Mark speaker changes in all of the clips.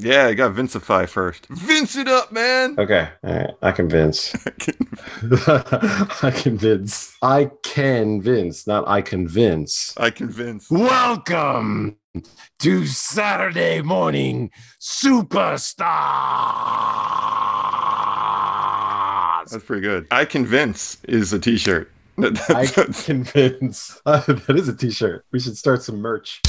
Speaker 1: Yeah, you got Vincify first. Vince it up, man.
Speaker 2: Okay. All right. I convince. I convince. I can Vince, not I convince.
Speaker 1: I convince.
Speaker 2: Welcome to Saturday morning superstars.
Speaker 1: That's pretty good. I convince is a t-shirt.
Speaker 2: I convince. Uh, that is a t-shirt. We should start some merch.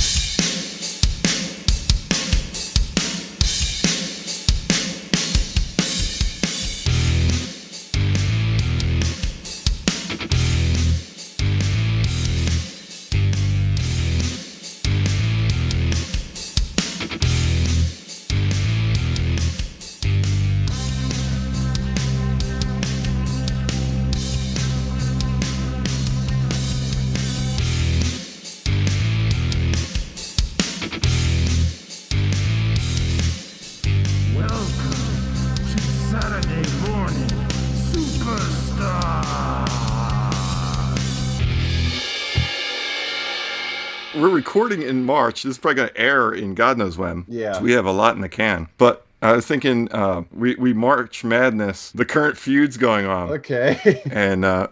Speaker 1: We're recording in March. This is probably going to air in God knows when.
Speaker 2: Yeah.
Speaker 1: So we have a lot in the can. But I was thinking, uh, we we March Madness. The current feud's going on,
Speaker 2: Okay.
Speaker 1: and uh,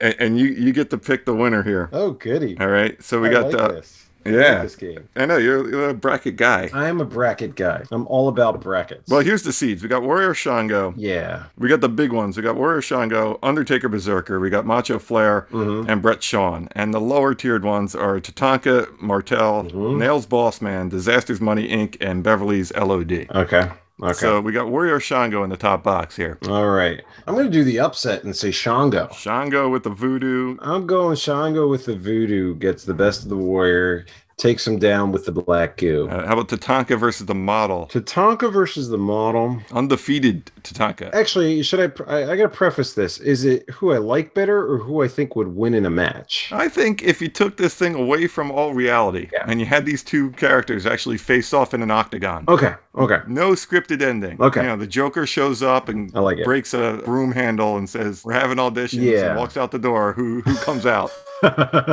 Speaker 1: a- and you you get to pick the winner here.
Speaker 2: Oh, goody.
Speaker 1: All right. So we
Speaker 2: I
Speaker 1: got
Speaker 2: like
Speaker 1: the
Speaker 2: this. I like
Speaker 1: yeah.
Speaker 2: this game.
Speaker 1: I know you're, you're a bracket guy.
Speaker 2: I am a bracket guy. I'm all about brackets.
Speaker 1: Well, here's the seeds. We got Warrior Shango.
Speaker 2: yeah.
Speaker 1: We got the big ones. We got Warrior Shango, Undertaker Berserker. We got Macho Flair
Speaker 2: Mhm.
Speaker 1: and Brett Shawn. And the lower tiered ones are Tatanka, Martel,
Speaker 2: Mhm.
Speaker 1: Nails Boss Man, Disasters Money Inc., and Beverly's LOD.
Speaker 2: Okay. Okay.
Speaker 1: So we got Warrior Shango in the top box here.
Speaker 2: all right. I'm going to do the upset and say Shango.
Speaker 1: Shango with the voodoo.
Speaker 2: I'm going Shango with the voodoo, gets the best of the warrior, takes him down with the black goo.
Speaker 1: Uh, how about Tatanka versus the model?
Speaker 2: Tatanka versus the model.
Speaker 1: Undefeated Tatanka.
Speaker 2: Actually, should I? pre- I, I got to preface this. Is it who I like better or who I think would win in a match?
Speaker 1: I think if you took this thing away from all reality
Speaker 2: Yeah.
Speaker 1: and you had these two characters actually face off in an octagon,
Speaker 2: Okay. Okay.
Speaker 1: No scripted ending.
Speaker 2: Oh. Okay. Oh.
Speaker 1: You know, the Joker shows up and
Speaker 2: I like it.
Speaker 1: breaks a broom handle and says, We're having auditions.
Speaker 2: Yeah.
Speaker 1: And walks out the door. Who who comes out?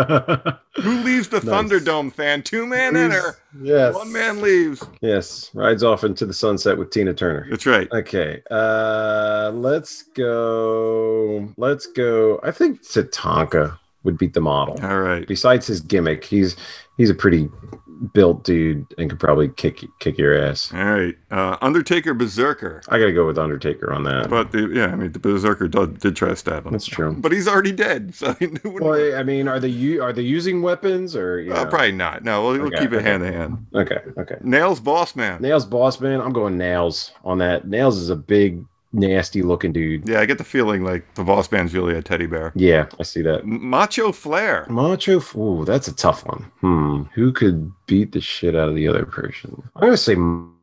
Speaker 1: who leaves the
Speaker 2: Nice.
Speaker 1: Thunderdome fan? Two man enter.
Speaker 2: Yes.
Speaker 1: One man leaves.
Speaker 2: Yes. Rides off into the sunset with Tina Turner.
Speaker 1: That's right.
Speaker 2: Okay. Uh let's go. Let's go. I think Tatanka would beat the model.
Speaker 1: All right.
Speaker 2: Besides his gimmick, he's he's a pretty built dude and could probably kick kick your ass.
Speaker 1: All right. Uh, Undertaker Berserker.
Speaker 2: I gotta go with Undertaker on that.
Speaker 1: But the, yeah, I mean, the Berserker did, did try to stab him.
Speaker 2: That's true.
Speaker 1: But he's already dead. So he wouldn't-
Speaker 2: Well, I mean, are they u- are they using weapons or you
Speaker 1: Uh,
Speaker 2: know?
Speaker 1: probably not. No, we'll, we'll
Speaker 2: Okay,
Speaker 1: keep it
Speaker 2: okay.
Speaker 1: hand to hand.
Speaker 2: Okay, okay.
Speaker 1: Nails Boss Man.
Speaker 2: Nails boss man, I'm going nails on that. Nails is a big, nasty looking dude.
Speaker 1: Yeah, I get the feeling like the Boss Man's really a teddy bear.
Speaker 2: Yeah, I see that.
Speaker 1: M- Macho Flair.
Speaker 2: Macho, F- ooh, that's a tough one. Hmm, who could beat the shit out of the other person? I'm gonna say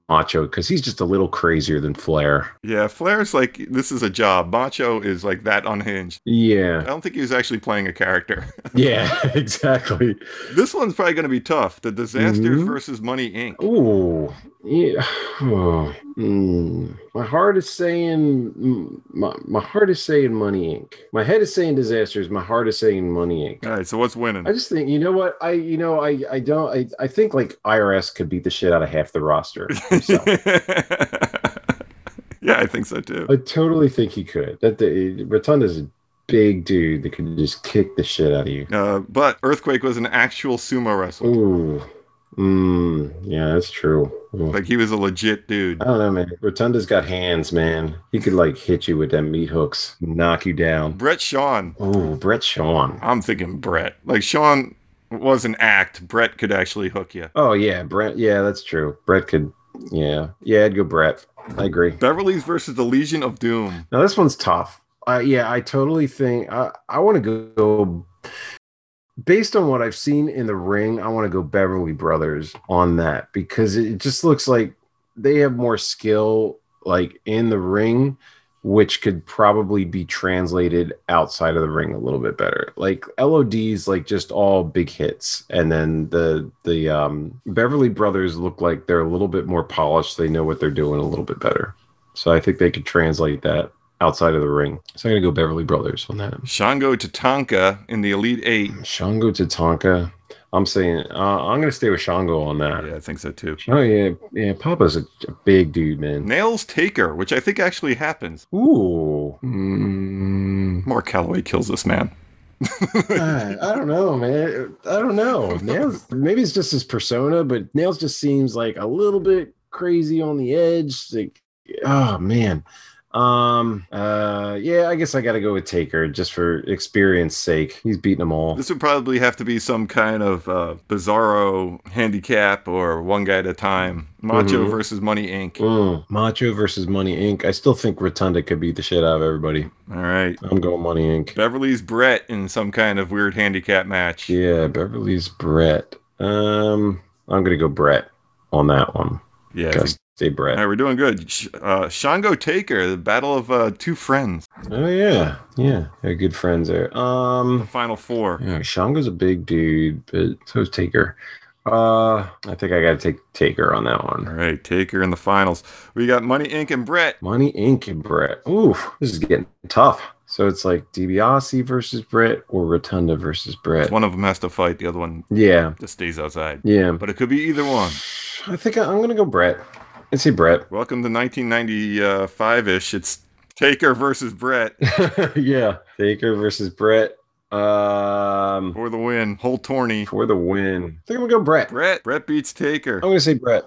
Speaker 2: Macho because he's just a little crazier than Flair.
Speaker 1: Yeah, Flair's like this is a job. Macho is like that unhinged. I
Speaker 2: Yeah,
Speaker 1: don't think he was actually playing a character.
Speaker 2: yeah, exactly.
Speaker 1: this one's probably going to be tough. The Disaster
Speaker 2: Mhm.
Speaker 1: versus Money Inc.
Speaker 2: Ooh, yeah. oh, hmm. My heart is saying mm, my, my heart is saying Money Inc. My head is saying Disasters. My heart is saying Money Inc.
Speaker 1: All right, so what's winning?
Speaker 2: I just think you know what I you know I I don't I, I think like IRS could beat the shit out of half the roster. himself.
Speaker 1: yeah, I think so too.
Speaker 2: I totally think he could. That the Rotunda's a big dude that can just kick the shit out of you.
Speaker 1: Uh, but Earthquake was an actual sumo wrestler.
Speaker 2: Ooh, mm, yeah, that's true. Ooh.
Speaker 1: Like he was a legit dude.
Speaker 2: I don't know, man. Rotunda's got hands, man. He could like hit you with them meat hooks, knock you down.
Speaker 1: Brett Shawn.
Speaker 2: Ooh, Brett Sean.
Speaker 1: I'm thinking Brett. Like Shawn was an act. Brett could actually hook you.
Speaker 2: Oh yeah, Brett. Yeah, that's true. Brett could. Yeah, yeah, I'd go Brett. I agree.
Speaker 1: Beverly's versus the Legion of Doom.
Speaker 2: Now this one's tough. Uh, yeah, I totally think I I want to go based on what I've seen in the ring. I want to go Beverly Brothers on that because it just looks like they have more skill like in the ring, which could probably be translated outside of the ring a little bit better. Like LODs, like just all big hits, and then the the um, Beverly Brothers look like they're a little bit more polished. They know what they're doing a little bit better. So I think they could translate that outside of the ring. So I'm gonna go Beverly Brothers on that.
Speaker 1: Shango Tatanka in the Elite Eight.
Speaker 2: Shango Tatanka. I'm saying uh, I'm going to stay with Shango on that.
Speaker 1: Yeah, I think so too.
Speaker 2: Oh yeah, yeah. Papa's a, a big dude, man.
Speaker 1: Nails Taker, which I think actually happens.
Speaker 2: Ooh. Mm.
Speaker 1: Mark Calloway kills this man.
Speaker 2: I, I don't know, man. I don't know. Nails, maybe it's just his persona, but Nails just seems like a little bit crazy on the edge. Like, oh man. Um. Uh. Yeah. I guess I got to go with Taker just for experience' sake. He's beating them all.
Speaker 1: This would probably have to be some kind of uh, bizarro handicap or one guy at a time. Macho
Speaker 2: Mhm.
Speaker 1: versus Money Inc.
Speaker 2: Mm. Macho versus Money Inc. I still think Rotunda could beat the shit out of everybody.
Speaker 1: All right.
Speaker 2: I'm going Money Inc.
Speaker 1: Beverly's Brett in some kind of weird handicap match.
Speaker 2: Yeah. Beverly's Brett. Um. I'm gonna go Brett on that one.
Speaker 1: Yeah, I
Speaker 2: Gotta
Speaker 1: think-
Speaker 2: stay
Speaker 1: all
Speaker 2: Brett.
Speaker 1: right, we're doing good. Sh- Uh, Shango Taker, the battle of uh, two friends,
Speaker 2: Oh yeah. Yeah. They're good friends there. Um.
Speaker 1: the final four.
Speaker 2: Yeah, Shango's a big dude, but so's Taker. Uh, I think I gotta take Taker on that
Speaker 1: All
Speaker 2: one.
Speaker 1: right, Taker in the finals. We got Money Inc. and Brett.
Speaker 2: Money Inc. and Brett. Ooh, this is getting tough. So it's like DiBiase versus Brett or Rotunda versus Brett.
Speaker 1: One of them has to fight, the other one
Speaker 2: Yeah,
Speaker 1: just stays outside.
Speaker 2: yeah.
Speaker 1: But it could be either one.
Speaker 2: I think I, I'm gonna go Brett. I'd say Brett.
Speaker 1: Welcome to 1995 ish. It's Taker versus Brett
Speaker 2: yeah, Taker versus Brett. Um,
Speaker 1: for the win. Whole tourney.
Speaker 2: for the win. I think I'm gonna go Brett.
Speaker 1: Brett. Brett beats Taker.
Speaker 2: I'm gonna say Brett.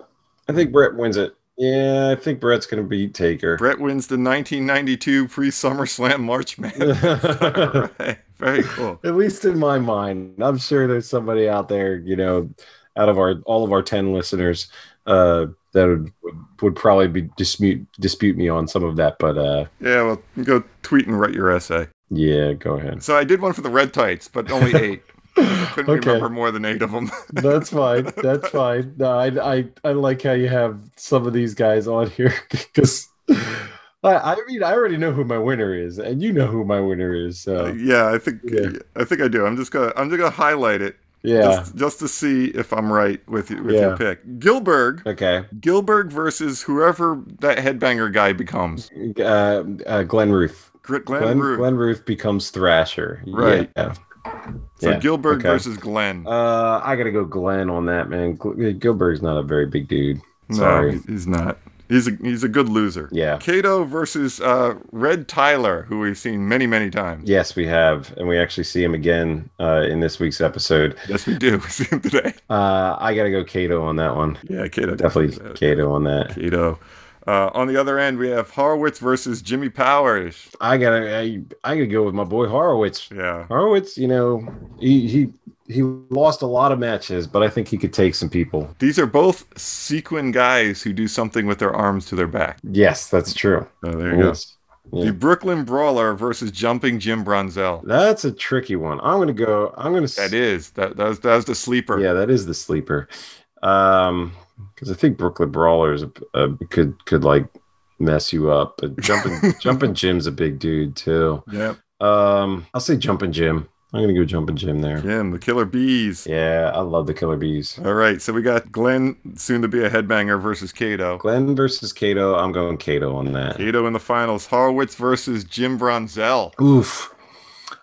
Speaker 2: I think Brett wins it. Yeah, I think Brett's gonna beat Taker.
Speaker 1: Brett wins the 1992 pre SummerSlam March Madness. All right. Very cool.
Speaker 2: at least in my mind i'm sure there's somebody out there you know out of our all of our 10 listeners uh that would would, would probably be dispute dispute me on some of that but uh
Speaker 1: Yeah, well, go tweet and write your essay.
Speaker 2: yeah go ahead
Speaker 1: So I did one for the red tights, but only eight. Couldn't
Speaker 2: okay
Speaker 1: remember more than eight of them.
Speaker 2: that's fine that's fine no I, I i like how you have some of these guys on here because I, I mean i already know who my winner is and you know who my winner is so
Speaker 1: yeah, I think
Speaker 2: Yeah.
Speaker 1: I think I do. I'm just gonna I'm just gonna highlight it
Speaker 2: yeah
Speaker 1: just, just to see if I'm right with you, with
Speaker 2: Yeah.
Speaker 1: your pick. Gilberg,
Speaker 2: okay
Speaker 1: Gilberg versus whoever that headbanger guy becomes.
Speaker 2: uh, uh glenn roof
Speaker 1: Gr- Glenn,
Speaker 2: Glenn,
Speaker 1: Root.
Speaker 2: Glenn Roof becomes Thrasher.
Speaker 1: Right.
Speaker 2: Yeah.
Speaker 1: so
Speaker 2: yeah,
Speaker 1: Gilberg
Speaker 2: okay.
Speaker 1: versus Glenn.
Speaker 2: Uh, I gotta go Glenn on that man. Gl- Gilbert's not a very big dude.
Speaker 1: no,
Speaker 2: sorry.
Speaker 1: Um, he's not. He's a he's a good loser.
Speaker 2: Yeah.
Speaker 1: Cato versus uh, Red Tyler, who we've seen many many times.
Speaker 2: Yes, we have, and we actually see him again uh, in this week's episode.
Speaker 1: Yes, we do. We see him today.
Speaker 2: Uh, I gotta go Kato on that one.
Speaker 1: Yeah, Cato
Speaker 2: Definitely
Speaker 1: Uh,
Speaker 2: Kato on that.
Speaker 1: Kato. Uh, on the other end, we have Horowitz versus Jimmy Powers.
Speaker 2: I gotta, I, I gotta go with my boy Horowitz.
Speaker 1: Yeah.
Speaker 2: Horowitz, you know, he he he lost a lot of matches, but I think he could take some people.
Speaker 1: These are both sequin guys who do something with their arms to their back.
Speaker 2: Yes, that's true.
Speaker 1: So there you
Speaker 2: Yes.
Speaker 1: go.
Speaker 2: Yeah.
Speaker 1: The Brooklyn Brawler versus Jumping Jim Bronzel.
Speaker 2: That's a tricky one. I'm gonna go. I'm gonna.
Speaker 1: That is. That, that, was, that was the sleeper.
Speaker 2: Yeah, that is the sleeper. Um, because I think Brooklyn Brawlers uh, could could like mess you up. But jumping jumping Jim's a big dude too.
Speaker 1: Yep.
Speaker 2: Um, I'll say jumping Jim. I'm gonna go jumping Jim there. Yeah.
Speaker 1: Jim, the Killer Bees.
Speaker 2: I love the Killer Bees.
Speaker 1: All right. So we got Glenn, soon to be a headbanger, versus Kato.
Speaker 2: Glenn versus Kato. I'm going Kato on that.
Speaker 1: Kato in the finals. Horowitz versus Jim Bronzel.
Speaker 2: Oof.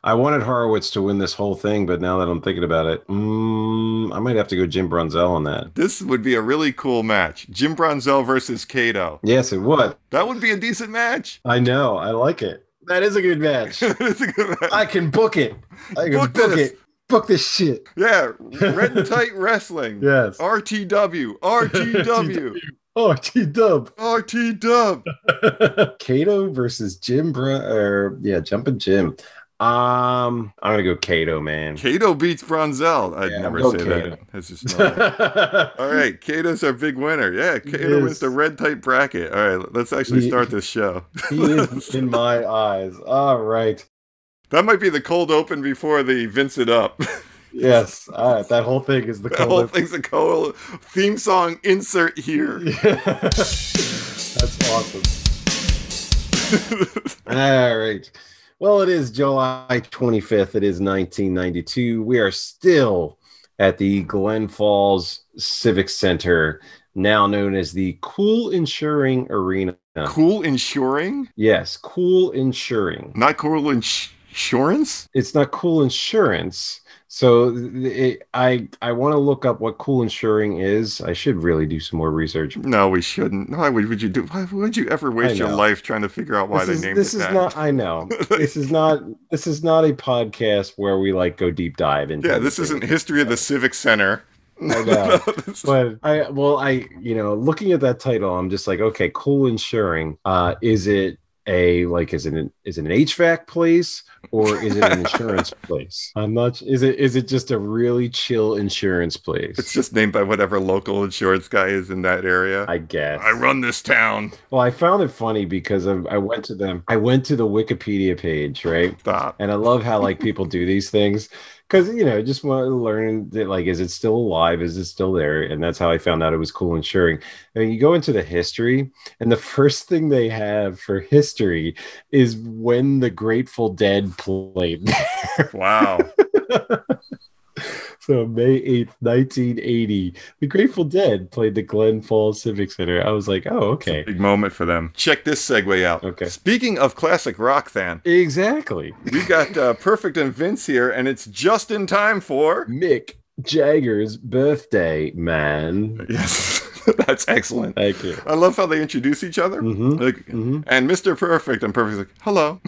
Speaker 2: I wanted Horowitz to win this whole thing, but now that I'm thinking about it, mm, I might have to go Jim Brunzel on that.
Speaker 1: This would be a really cool match. Jim Bronzel versus Kato.
Speaker 2: Yes, it would.
Speaker 1: That would be a decent match.
Speaker 2: I know. I like it. That is a good match.
Speaker 1: It's a good match.
Speaker 2: I can book it. I can
Speaker 1: Book
Speaker 2: book,
Speaker 1: this.
Speaker 2: it. Book this shit.
Speaker 1: Yeah, Red and Tight Wrestling.
Speaker 2: Yes.
Speaker 1: RTW, RTW,
Speaker 2: Oh, T Dub.
Speaker 1: RTW.
Speaker 2: Kato versus Jim Bra- or yeah, jumping Jim. Um, I'm gonna go Kato, man.
Speaker 1: Kato beats Bronzel. I'd
Speaker 2: Yeah,
Speaker 1: never
Speaker 2: go
Speaker 1: say
Speaker 2: Kato.
Speaker 1: that. That's just normal. All right, Kato's our big winner. Yeah, Kato wins
Speaker 2: is.
Speaker 1: the red tight bracket. All right, let's actually
Speaker 2: He-
Speaker 1: start this show.
Speaker 2: he is in my eyes. All right.
Speaker 1: That might be the cold open before the Vince it up.
Speaker 2: Yes. All right. That whole thing is the
Speaker 1: the whole
Speaker 2: cold.
Speaker 1: thing's a cold theme song insert here.
Speaker 2: Yeah. That's awesome. All right. Well, it is July 25th. It is 1992. We are still at the Glen Falls Civic Center, now known as the Cool Insuring Arena.
Speaker 1: cool insuring,
Speaker 2: Yes, Cool Insuring.
Speaker 1: not cool ins- insurance?
Speaker 2: It's not cool insurance. So it, I I want to look up what cool insuring is. I should really do some more research.
Speaker 1: No, we shouldn't. Why would, would you do? Why would you ever waste your
Speaker 2: know.
Speaker 1: life trying to figure out why
Speaker 2: this
Speaker 1: they
Speaker 2: is,
Speaker 1: named
Speaker 2: this
Speaker 1: it
Speaker 2: is
Speaker 1: that?
Speaker 2: not. I know this is not. This is not a podcast where we like go deep dive into.
Speaker 1: yeah, this
Speaker 2: anything.
Speaker 1: isn't history of the civic center.
Speaker 2: I know.
Speaker 1: This is-
Speaker 2: but I well I you know looking at that title I'm just like okay cool insuring uh is it a like is it an, is it an HVAC place or is it an insurance place I'm not is it is it just a really chill insurance place
Speaker 1: it's just named by whatever local insurance guy is in that area.
Speaker 2: I guess
Speaker 1: I run this town.
Speaker 2: well I found it funny because I, I went to them I went to the Wikipedia page right
Speaker 1: Stop.
Speaker 2: and I love how like people do these things because you know just want to learn that like is it still alive? Is it still there? And that's how I found out it was cool insuring. I mean, you go into the history, and the first thing they have for history is when the Grateful Dead played.
Speaker 1: Wow.
Speaker 2: so May eighth, nineteen eighty, the Grateful Dead played the Glen Falls Civic Center. I was like, oh okay,
Speaker 1: Big moment for them. Check this segue out.
Speaker 2: Okay.
Speaker 1: Speaking of classic rock, then,
Speaker 2: exactly,
Speaker 1: we got uh, Perfect and Vince here, and it's just in time for.
Speaker 2: Mick Jagger's birthday, man.
Speaker 1: Yes, that's excellent.
Speaker 2: Thank you.
Speaker 1: I love how they introduce each other.
Speaker 2: hmm
Speaker 1: Like,
Speaker 2: hmm
Speaker 1: and Mr. Perfect, and Perfect's like, hello.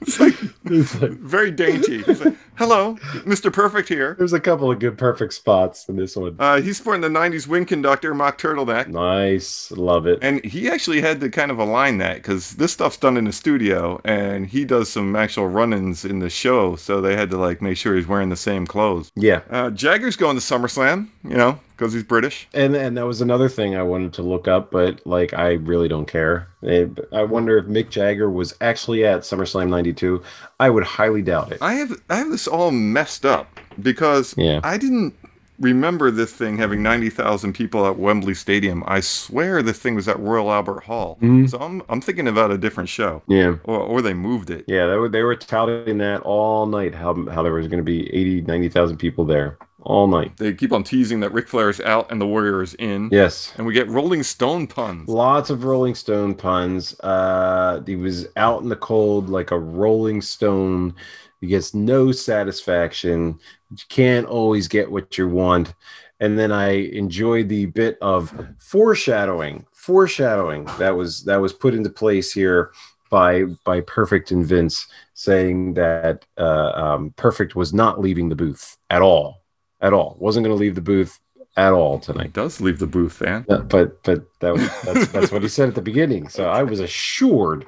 Speaker 2: it's like, it's like-
Speaker 1: Very dainty. He's like, hello, Mr. Perfect here.
Speaker 2: there's a couple of good perfect spots in this one.
Speaker 1: Uh, he's sporting the 90s wind conductor, mock turtleneck.
Speaker 2: Nice, love it.
Speaker 1: And he actually had to kind of align that because this stuff's done in the studio and he does some actual run ins in the show. So they had to like make sure he's wearing the same clothes.
Speaker 2: Yeah,
Speaker 1: Uh, Jagger's going to SummerSlam, you know, because he's British.
Speaker 2: and and that was another thing I wanted to look up, but like I really don't care. Eh, I wonder if Mick Jagger was actually at SummerSlam '92. I would highly doubt it.
Speaker 1: I have I have this all messed up because
Speaker 2: Yeah,
Speaker 1: I didn't remember this thing having 90,000 people at Wembley Stadium. I swear this thing was at Royal Albert Hall.
Speaker 2: Mhm.
Speaker 1: So I'm, I'm thinking about a different show.
Speaker 2: yeah,
Speaker 1: Or, or they moved it.
Speaker 2: yeah. They were they were touting that all night how how there was going to be 80, 90,000 people there all night.
Speaker 1: They keep on teasing that Ric Flair is out and the Warrior is in.
Speaker 2: Yes.
Speaker 1: And we get Rolling Stone puns.
Speaker 2: Lots of Rolling Stone puns. Uh, he was out in the cold like a Rolling Stone. He gets no satisfaction. You can't always get what you want. And then I enjoyed the bit of foreshadowing. Foreshadowing that was that was put into place here by by Perfect and Vince saying that uh, um, Perfect was not leaving the booth at all, at all. Wasn't going to leave the booth at all tonight.
Speaker 1: He does leave the booth, man.
Speaker 2: No, but but that was that's, that's what he said at the beginning. So I was assured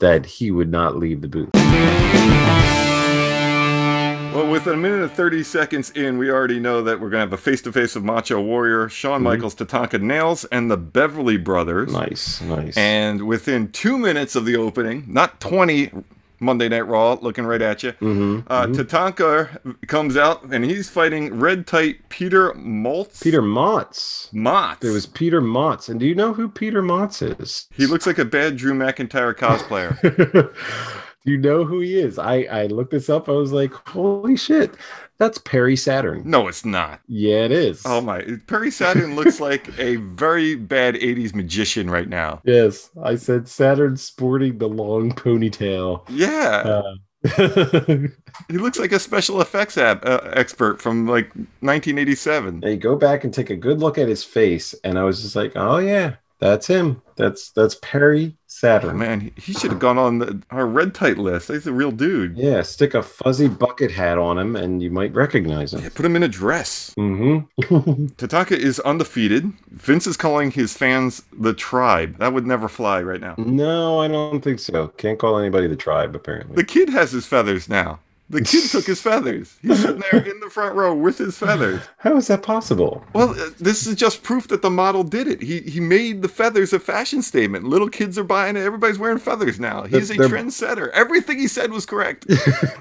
Speaker 2: that he would not leave the booth.
Speaker 1: Well, with a minute and 30 seconds in, we already know that we're going to have a face to face of Macho Warrior, Shawn
Speaker 2: Mhm.
Speaker 1: Michaels, Tatanka Nails, and the Beverly Brothers.
Speaker 2: Nice, nice.
Speaker 1: And within two minutes of the opening, not 20, Monday Night Raw, looking right at you,
Speaker 2: Mhm,
Speaker 1: uh,
Speaker 2: mhm.
Speaker 1: Tatanka comes out and he's fighting red tight Peter Maltz.
Speaker 2: Peter Motz.
Speaker 1: Motz.
Speaker 2: There was Peter Motz, and do you know who Peter Motz is?
Speaker 1: He looks like a bad Drew McIntyre cosplayer.
Speaker 2: do you know who he is? I I looked this up. I was like, holy shit, that's Perry Saturn.
Speaker 1: no, it's not.
Speaker 2: Yeah, it is.
Speaker 1: Oh my! Perry Saturn looks like a very bad '80s magician right now.
Speaker 2: Yes, I said Saturn sporting the long ponytail.
Speaker 1: Yeah, he looks like a special effects ab- uh, expert from like 1987.
Speaker 2: Now you go back and take a good look at his face, and I was just like, "Oh yeah, that's him. That's that's Perry
Speaker 1: Oh,
Speaker 2: Saturn."
Speaker 1: man, he- he should have gone on the, our red tight list. He's a real dude.
Speaker 2: Yeah, stick a fuzzy bucket hat on him, and you might recognize
Speaker 1: Yeah,
Speaker 2: him.
Speaker 1: put him in a dress.
Speaker 2: Mm-hmm.
Speaker 1: Tataka is undefeated. Vince is calling his fans the tribe. That would never fly right now.
Speaker 2: no, I don't think so. Can't call anybody the tribe,
Speaker 1: The
Speaker 2: apparently.
Speaker 1: kid has his feathers now. The kid took his feathers. He's sitting there in the front row with his feathers.
Speaker 2: How is that possible?
Speaker 1: Well, uh, this is just proof that the model did it. He he made the feathers a fashion statement. Little kids are buying it. Everybody's wearing feathers now. He's a
Speaker 2: They're-
Speaker 1: trendsetter. Everything he said was correct.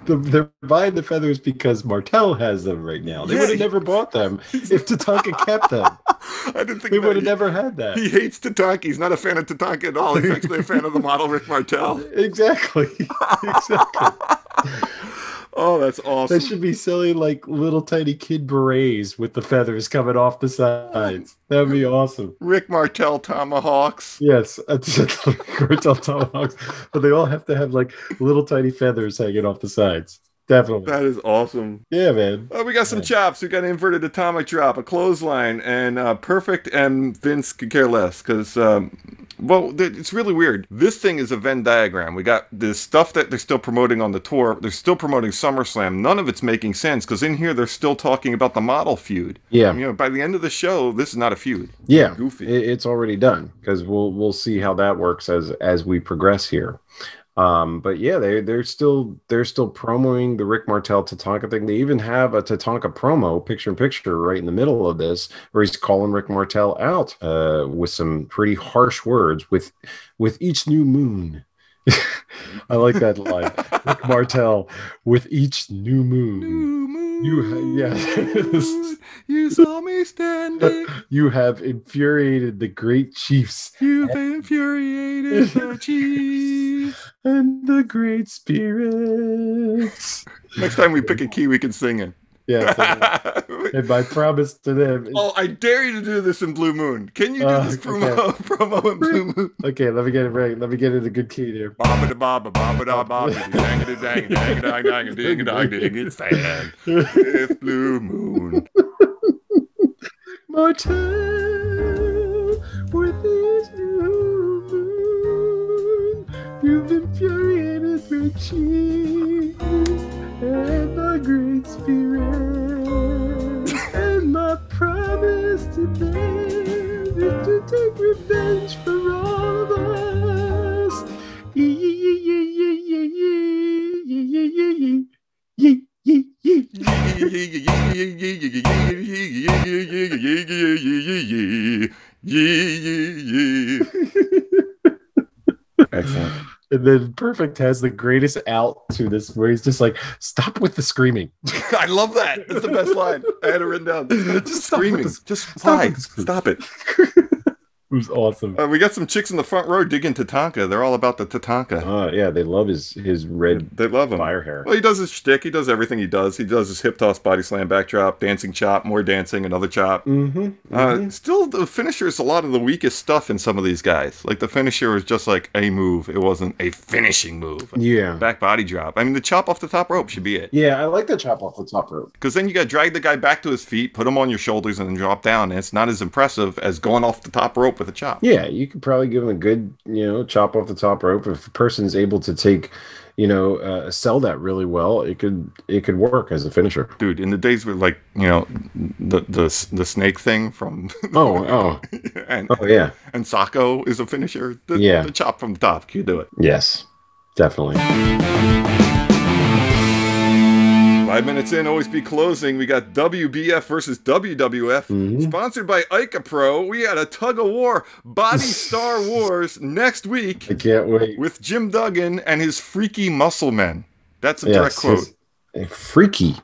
Speaker 2: The, they're buying the feathers because Martel has them right now. They
Speaker 1: Yeah,
Speaker 2: would have
Speaker 1: he-
Speaker 2: never bought them if Tatanka kept them.
Speaker 1: I didn't think
Speaker 2: They
Speaker 1: about
Speaker 2: would have
Speaker 1: it.
Speaker 2: never had that.
Speaker 1: He hates Tatanka. He's not a fan of Tatanka at all. He's actually a fan of the model Rick Martel.
Speaker 2: Exactly. exactly.
Speaker 1: Oh, that's awesome.
Speaker 2: That should be silly, like little tiny kid berets with the feathers coming off the sides. That would be awesome.
Speaker 1: Rick Martel tomahawks.
Speaker 2: Yes, that's that's the Gretel tomahawks, but they all have to have like little tiny feathers hanging off the sides. Definitely.
Speaker 1: That is awesome.
Speaker 2: Yeah, man.
Speaker 1: Oh, we got some
Speaker 2: Yeah.
Speaker 1: chops. We got an inverted atomic drop, a clothesline, and uh, perfect. And Vince could care less because, um, well, th- it's really weird. This thing is a Venn diagram. We got the stuff that they're still promoting on the tour. They're still promoting SummerSlam. None of it's making sense because in here they're still talking about the model feud.
Speaker 2: Yeah,
Speaker 1: You know, by the end of the show, this is not a feud.
Speaker 2: yeah.
Speaker 1: Goofy.
Speaker 2: It, it's already done because we'll we'll see how that works as as we progress here. Um, but yeah, they they're still they're still promoting the Rick Martel Tatanka thing. They even have a Tatanka promo picture in picture right in the middle of this, where he's calling Rick Martel out uh, with some pretty harsh words with with each new moon. I like that line, Rick Martel. With each new moon,
Speaker 1: New moon.
Speaker 2: You ha- yes.
Speaker 1: you saw me standing.
Speaker 2: you have infuriated the great chiefs
Speaker 1: You've infuriated the cheese.
Speaker 2: and the great spirits.
Speaker 1: Next time we pick a key, we can sing it.
Speaker 2: Yes. and-
Speaker 1: oh,
Speaker 2: and my promise to them. Is,
Speaker 1: I dare you to do this in Blue Moon. Can you do
Speaker 2: Uh,
Speaker 1: this promo, promo in Blue Moon?
Speaker 2: okay, let me get it right. Let me get it a good key there.
Speaker 1: Baba da baba, baba da baba, dang it, dang it, dang it, dang it, dang it, dang it, dang it, stand. It's Blue Moon.
Speaker 2: Martel, with this new moon, you've infuriated the chiefs and the great spirit. and my promise to them is to take revenge for all of us. Yee, yee, yee, yee, yee, yee, yee, yee, yee, yee, yee, yee, yee.
Speaker 1: Excellent.
Speaker 2: And then Perfect has the greatest out to this where he's just like, stop with the screaming.
Speaker 1: I love that. That's the best line. I had it written down. Just
Speaker 2: Stop with
Speaker 1: screaming.
Speaker 2: this-
Speaker 1: Just
Speaker 2: stop
Speaker 1: why?
Speaker 2: with this scream.
Speaker 1: Stop it.
Speaker 2: It was awesome.
Speaker 1: Uh, we got some chicks in the front row digging Tatanka. They're all about the Tatanka.
Speaker 2: Uh, yeah, they love his his red
Speaker 1: They love him.
Speaker 2: fire hair.
Speaker 1: Well, he does his shtick. He does everything he does. He does his hip toss, body slam, backdrop, dancing chop, more dancing, another chop.
Speaker 2: Mm-hmm.
Speaker 1: Uh, still, the finisher is a lot of the weakest stuff in some of these guys. Like the finisher was just like a move. It wasn't a finishing move.
Speaker 2: yeah.
Speaker 1: Back body drop. I mean, the chop off the top rope should be it.
Speaker 2: Yeah, I like the chop off the top rope.
Speaker 1: Because then you got to drag the guy back to his feet, put him on your shoulders, and then drop down. And it's not as impressive as going off the top rope with a chop.
Speaker 2: Yeah, you could probably give him a good, you know, chop off the top rope. If a person's able to take, you know, uh, sell that really well, it could it could work as a finisher.
Speaker 1: Dude, in the days where like you know the the the snake thing from
Speaker 2: Oh, oh,
Speaker 1: and
Speaker 2: oh, yeah.
Speaker 1: and Sako is a finisher. The,
Speaker 2: Yeah.
Speaker 1: the chop from the top, you do it.
Speaker 2: Yes, definitely.
Speaker 1: Five minutes in, always be closing. We got WBF versus WWF,
Speaker 2: Mhm.
Speaker 1: sponsored by Ica Pro. We had a tug of war, Body Star Wars next week
Speaker 2: I can't wait.
Speaker 1: with Jim Duggan and his freaky muscle men. That's a direct quote.
Speaker 2: he's a eh, Freaky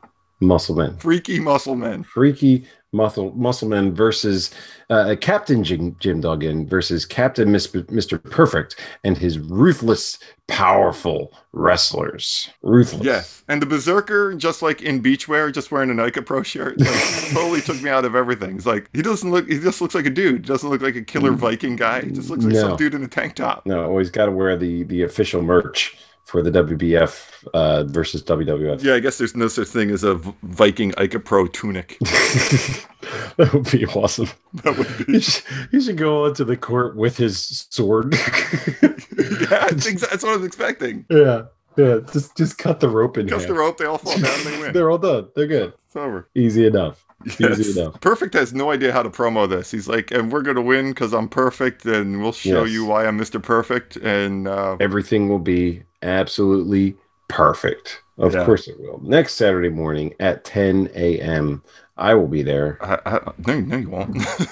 Speaker 2: Muscleman.
Speaker 1: Freaky muscle men.
Speaker 2: Freaky muscle, Muscleman versus uh, Captain Jim, Jim Duggan versus Captain Mis- Mr. Perfect and his ruthless, powerful wrestlers. Ruthless.
Speaker 1: Yes. And the Berserker, just like in beachwear, just wearing an Ica Pro shirt, like, totally took me out of everything. It's like, he doesn't look, he just looks like a dude. He doesn't look like a killer Viking guy. He just looks like some
Speaker 2: No.
Speaker 1: dude in a tank top.
Speaker 2: No, always got to wear the, the official merch for the WBF uh, versus WWF.
Speaker 1: Yeah, I guess there's no such thing as a V- Viking Ica Pro tunic.
Speaker 2: that would be awesome.
Speaker 1: That would
Speaker 2: He
Speaker 1: be.
Speaker 2: should, he should go onto the court with his sword.
Speaker 1: Yeah, it's exa- that's what I was expecting.
Speaker 2: yeah, yeah. Just just cut the rope in
Speaker 1: Cuts
Speaker 2: half.
Speaker 1: the rope, they all fall down, they win.
Speaker 2: They're all done. They're good.
Speaker 1: it's over.
Speaker 2: Easy enough.
Speaker 1: Yes.
Speaker 2: Easy enough.
Speaker 1: Perfect has no idea how to promo this. He's like, and we're going to win because I'm perfect, and we'll show
Speaker 2: Yes.
Speaker 1: you why I'm Mr. Perfect. And uh,
Speaker 2: Everything will be absolutely perfect. Of
Speaker 1: Yeah.
Speaker 2: course it will. Next Saturday morning at 10 a.m. I will be there.
Speaker 1: I, I, no, no, you won't.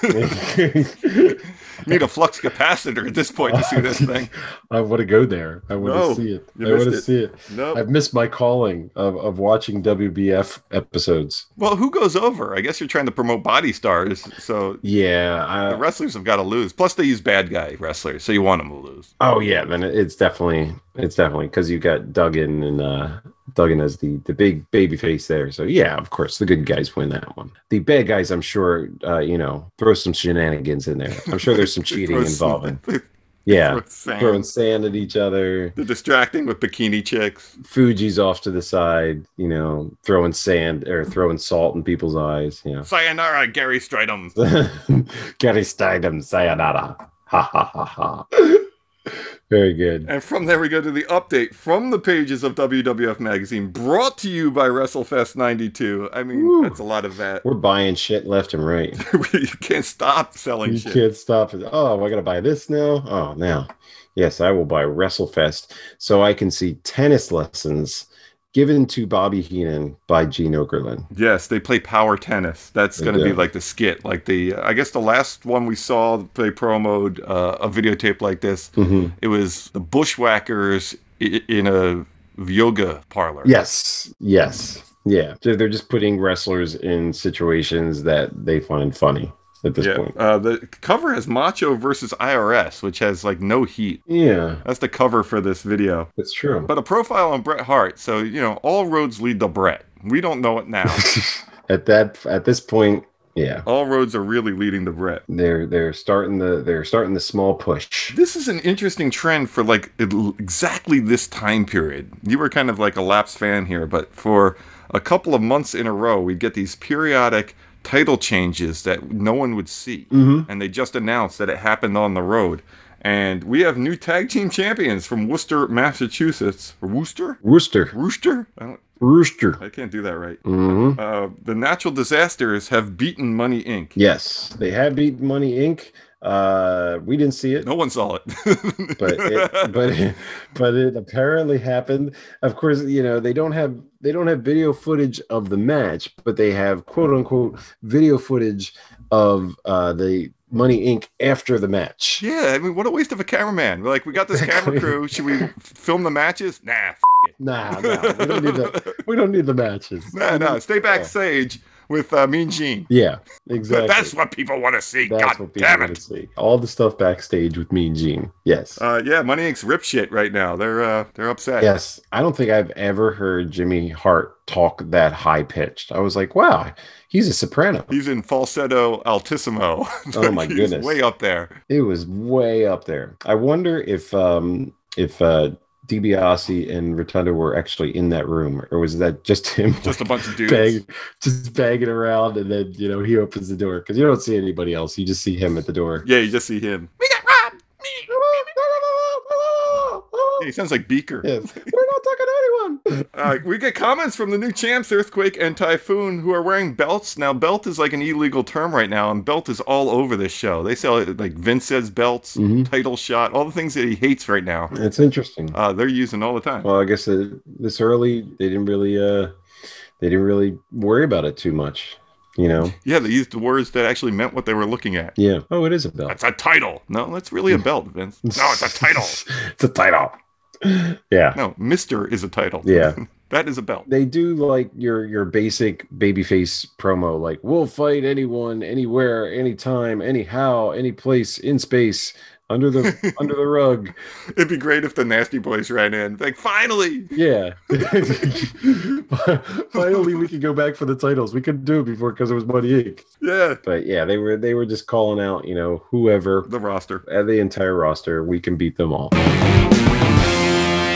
Speaker 1: Need a flux capacitor at this point to see this thing.
Speaker 2: I want to go there. I want
Speaker 1: No,
Speaker 2: to see it.
Speaker 1: you
Speaker 2: I want to
Speaker 1: missed it.
Speaker 2: see it.
Speaker 1: No.
Speaker 2: I've missed my calling of, of watching WBF episodes.
Speaker 1: Well, who goes over? I guess you're trying to promote body stars, so
Speaker 2: Yeah.
Speaker 1: the
Speaker 2: I,
Speaker 1: wrestlers have got to lose. Plus, they use bad guy wrestlers, so you want them to lose.
Speaker 2: oh yeah. Then it- it's definitely it's definitely because you got Duggan and uh Duggan as the the big baby face there. So yeah, of course the good guys win that one. The bad guys, I'm sure, uh, you know, throw some shenanigans in there. I'm sure there's some cheating involving. Yeah, throwing sand at each other.
Speaker 1: They're distracting with bikini chicks.
Speaker 2: Fuji's off to the side, you know, throwing sand or throwing salt in people's eyes. You know,
Speaker 1: Sayonara, Gary Stridham.
Speaker 2: Gary Steinem, sayonara. Ha ha ha ha. Very good.
Speaker 1: And from there, we go to the update from the pages of WWF Magazine, brought to you by WrestleFest 92. I mean,
Speaker 2: Woo.
Speaker 1: that's a lot of that.
Speaker 2: We're buying shit left and right.
Speaker 1: you can't stop selling
Speaker 2: You
Speaker 1: shit.
Speaker 2: can't stop. it. Oh, am I gonna buy this now? Oh, now, yes, I will buy WrestleFest so I can see tennis lessons given to Bobby Heenan by Gene Okerlund.
Speaker 1: Yes, they play power tennis. That's
Speaker 2: They
Speaker 1: going to
Speaker 2: do.
Speaker 1: be like the skit, like the. I guess the last one we saw they promoed uh, a videotape like this.
Speaker 2: Mhm.
Speaker 1: It was the Bushwhackers i- in a yoga parlor.
Speaker 2: Yes, yes, yeah. They're, they're just putting wrestlers in situations that they find funny at this
Speaker 1: yeah.
Speaker 2: point.
Speaker 1: Uh, the cover has Macho versus IRS, which has like no heat.
Speaker 2: Yeah,
Speaker 1: That's the cover for this video.
Speaker 2: that's true.
Speaker 1: But a profile on Bret Hart. So you know, all roads lead to Bret. We don't know it now.
Speaker 2: at that, at this point, yeah,
Speaker 1: all roads are really leading to Bret.
Speaker 2: they're they're starting the they're starting the small push.
Speaker 1: This is an interesting trend for like it- exactly this time period. You were kind of like a lapsed fan here, but for a couple of months in a row, we'd get these periodic title changes that no one would see.
Speaker 2: hmm
Speaker 1: And they just announced that it happened on the road. And we have new tag team champions from Worcester, Massachusetts. Or Worcester?
Speaker 2: Rooster,
Speaker 1: Rooster? I, don't,
Speaker 2: rooster.
Speaker 1: I can't do that right.
Speaker 2: hmm
Speaker 1: Uh, the Natural Disasters have beaten Money Inc.
Speaker 2: Yes, they have beat Money Inc. Uh, we didn't see it,
Speaker 1: No one saw it.
Speaker 2: but it, but it, but it apparently happened. Of course, you know they don't have they don't have video footage of the match, but they have quote unquote video footage of uh, the Money Inc. after the match.
Speaker 1: Yeah, I mean, what a waste of a cameraman. We're like, we got this camera crew. Should we f- film the matches? Nah. F-
Speaker 2: Nah, nah,
Speaker 1: it.
Speaker 2: we don't need the we don't need the matches.
Speaker 1: nah, nah. Stay backstage with uh, Mean Gene.
Speaker 2: Yeah,
Speaker 1: But
Speaker 2: exactly.
Speaker 1: That's what people want to see.
Speaker 2: That's
Speaker 1: God
Speaker 2: what people
Speaker 1: damn
Speaker 2: want
Speaker 1: it.
Speaker 2: to see. All the stuff backstage with Mean Gene. Yes.
Speaker 1: Uh, yeah, Money Inc.'s rip shit right now. They're uh, they're upset.
Speaker 2: Yes, I don't think I've ever heard Jimmy Hart talk that high pitched. I was like, wow, he's a soprano.
Speaker 1: He's in falsetto altissimo.
Speaker 2: Oh, my
Speaker 1: He's
Speaker 2: goodness.
Speaker 1: Way up there.
Speaker 2: It was way up there. I wonder if um if uh DiBiase and Rotundo were actually in that room, or was that just him
Speaker 1: Just a bunch of dudes.
Speaker 2: bang, just banging around, and then you know he opens the door because you don't see anybody else. You just see him at the door.
Speaker 1: Yeah, you just see him. We got robbed. He sounds like Beaker.
Speaker 2: Yes. We're not talking to anyone.
Speaker 1: Uh, we get comments from the new champs, Earthquake and Typhoon, who are wearing belts. Now, belt is like an illegal term right now, and belt is all over this show. They sell it like Vince says belts,
Speaker 2: Mhm.
Speaker 1: title shot, all the things that he hates right now.
Speaker 2: It's interesting.
Speaker 1: Uh, they're using all the time.
Speaker 2: Well, I guess uh, this early they didn't really uh they didn't really worry about it too much, you know.
Speaker 1: yeah, they used words that actually meant what they were looking at.
Speaker 2: Yeah. Oh, it is a belt.
Speaker 1: That's a title. No, that's really a belt, Vince. No, it's a title.
Speaker 2: it's a title. Yeah.
Speaker 1: No, Mister is a title.
Speaker 2: Yeah.
Speaker 1: that is a belt.
Speaker 2: They do like your your basic babyface promo like we'll fight anyone, anywhere, anytime, anyhow, any place in space, under the under the rug.
Speaker 1: It'd be great if the Nasty Boys ran in. Like, finally,
Speaker 2: Yeah. Finally we could go back for the titles. We couldn't do it before because it was Money Inc.
Speaker 1: yeah,
Speaker 2: But yeah, they were they were just calling out, you know, whoever
Speaker 1: the roster.
Speaker 2: uh, the entire roster, we can beat them all.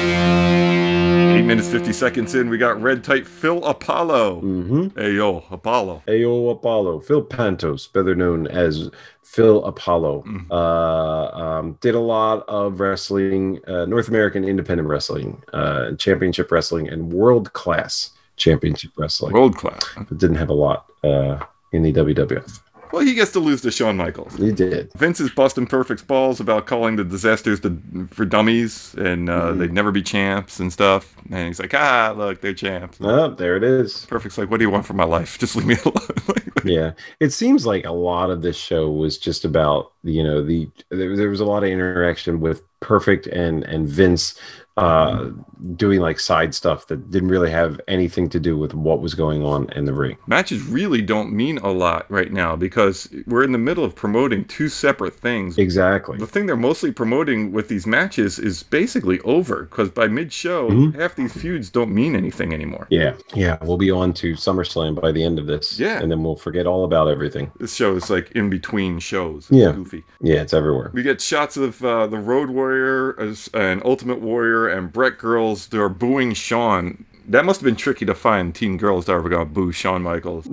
Speaker 1: Eight minutes fifty seconds in, we got red type Phil Apollo.
Speaker 2: Mm-hmm.
Speaker 1: Hey yo, Apollo.
Speaker 2: Ao Apollo, Phil Pantos, better known as Phil Apollo,
Speaker 1: Mhm.
Speaker 2: uh, um, did a lot of wrestling, uh, North American independent wrestling, uh, championship wrestling, and world class championship wrestling.
Speaker 1: World class.
Speaker 2: but didn't have a lot uh, in the WWF.
Speaker 1: Well, he gets to lose to Shawn Michaels.
Speaker 2: He did.
Speaker 1: Vince is busting Perfect's balls about calling the disasters the, for dummies and uh,
Speaker 2: Mhm.
Speaker 1: they'd never be champs and stuff. And he's like, ah, look, they're champs.
Speaker 2: Oh, there it is.
Speaker 1: Perfect's like, what do you want from my life? Just leave me alone. like,
Speaker 2: yeah it seems like a lot of this show was just about you know the there, there was a lot of interaction with perfect and and vince uh
Speaker 1: Mm-hmm.
Speaker 2: doing like side stuff that didn't really have anything to do with what was going on in the ring
Speaker 1: Matches really don't mean a lot right now because we're in the middle of promoting two separate things.
Speaker 2: exactly
Speaker 1: The thing they're mostly promoting with these matches is basically over because by mid show,
Speaker 2: Mhm.
Speaker 1: half these feuds don't mean anything anymore.
Speaker 2: yeah yeah we'll be on to summerslam by the end of this
Speaker 1: Yeah.
Speaker 2: and then we'll forget all about everything
Speaker 1: This show is like in between shows. It's
Speaker 2: Yeah.
Speaker 1: goofy.
Speaker 2: yeah it's everywhere
Speaker 1: We get shots of uh, the Road Warrior as, and Ultimate Warrior and Brett Girls. They're booing Shawn. That must have been tricky to find teen girls that were going to boo Shawn Michaels,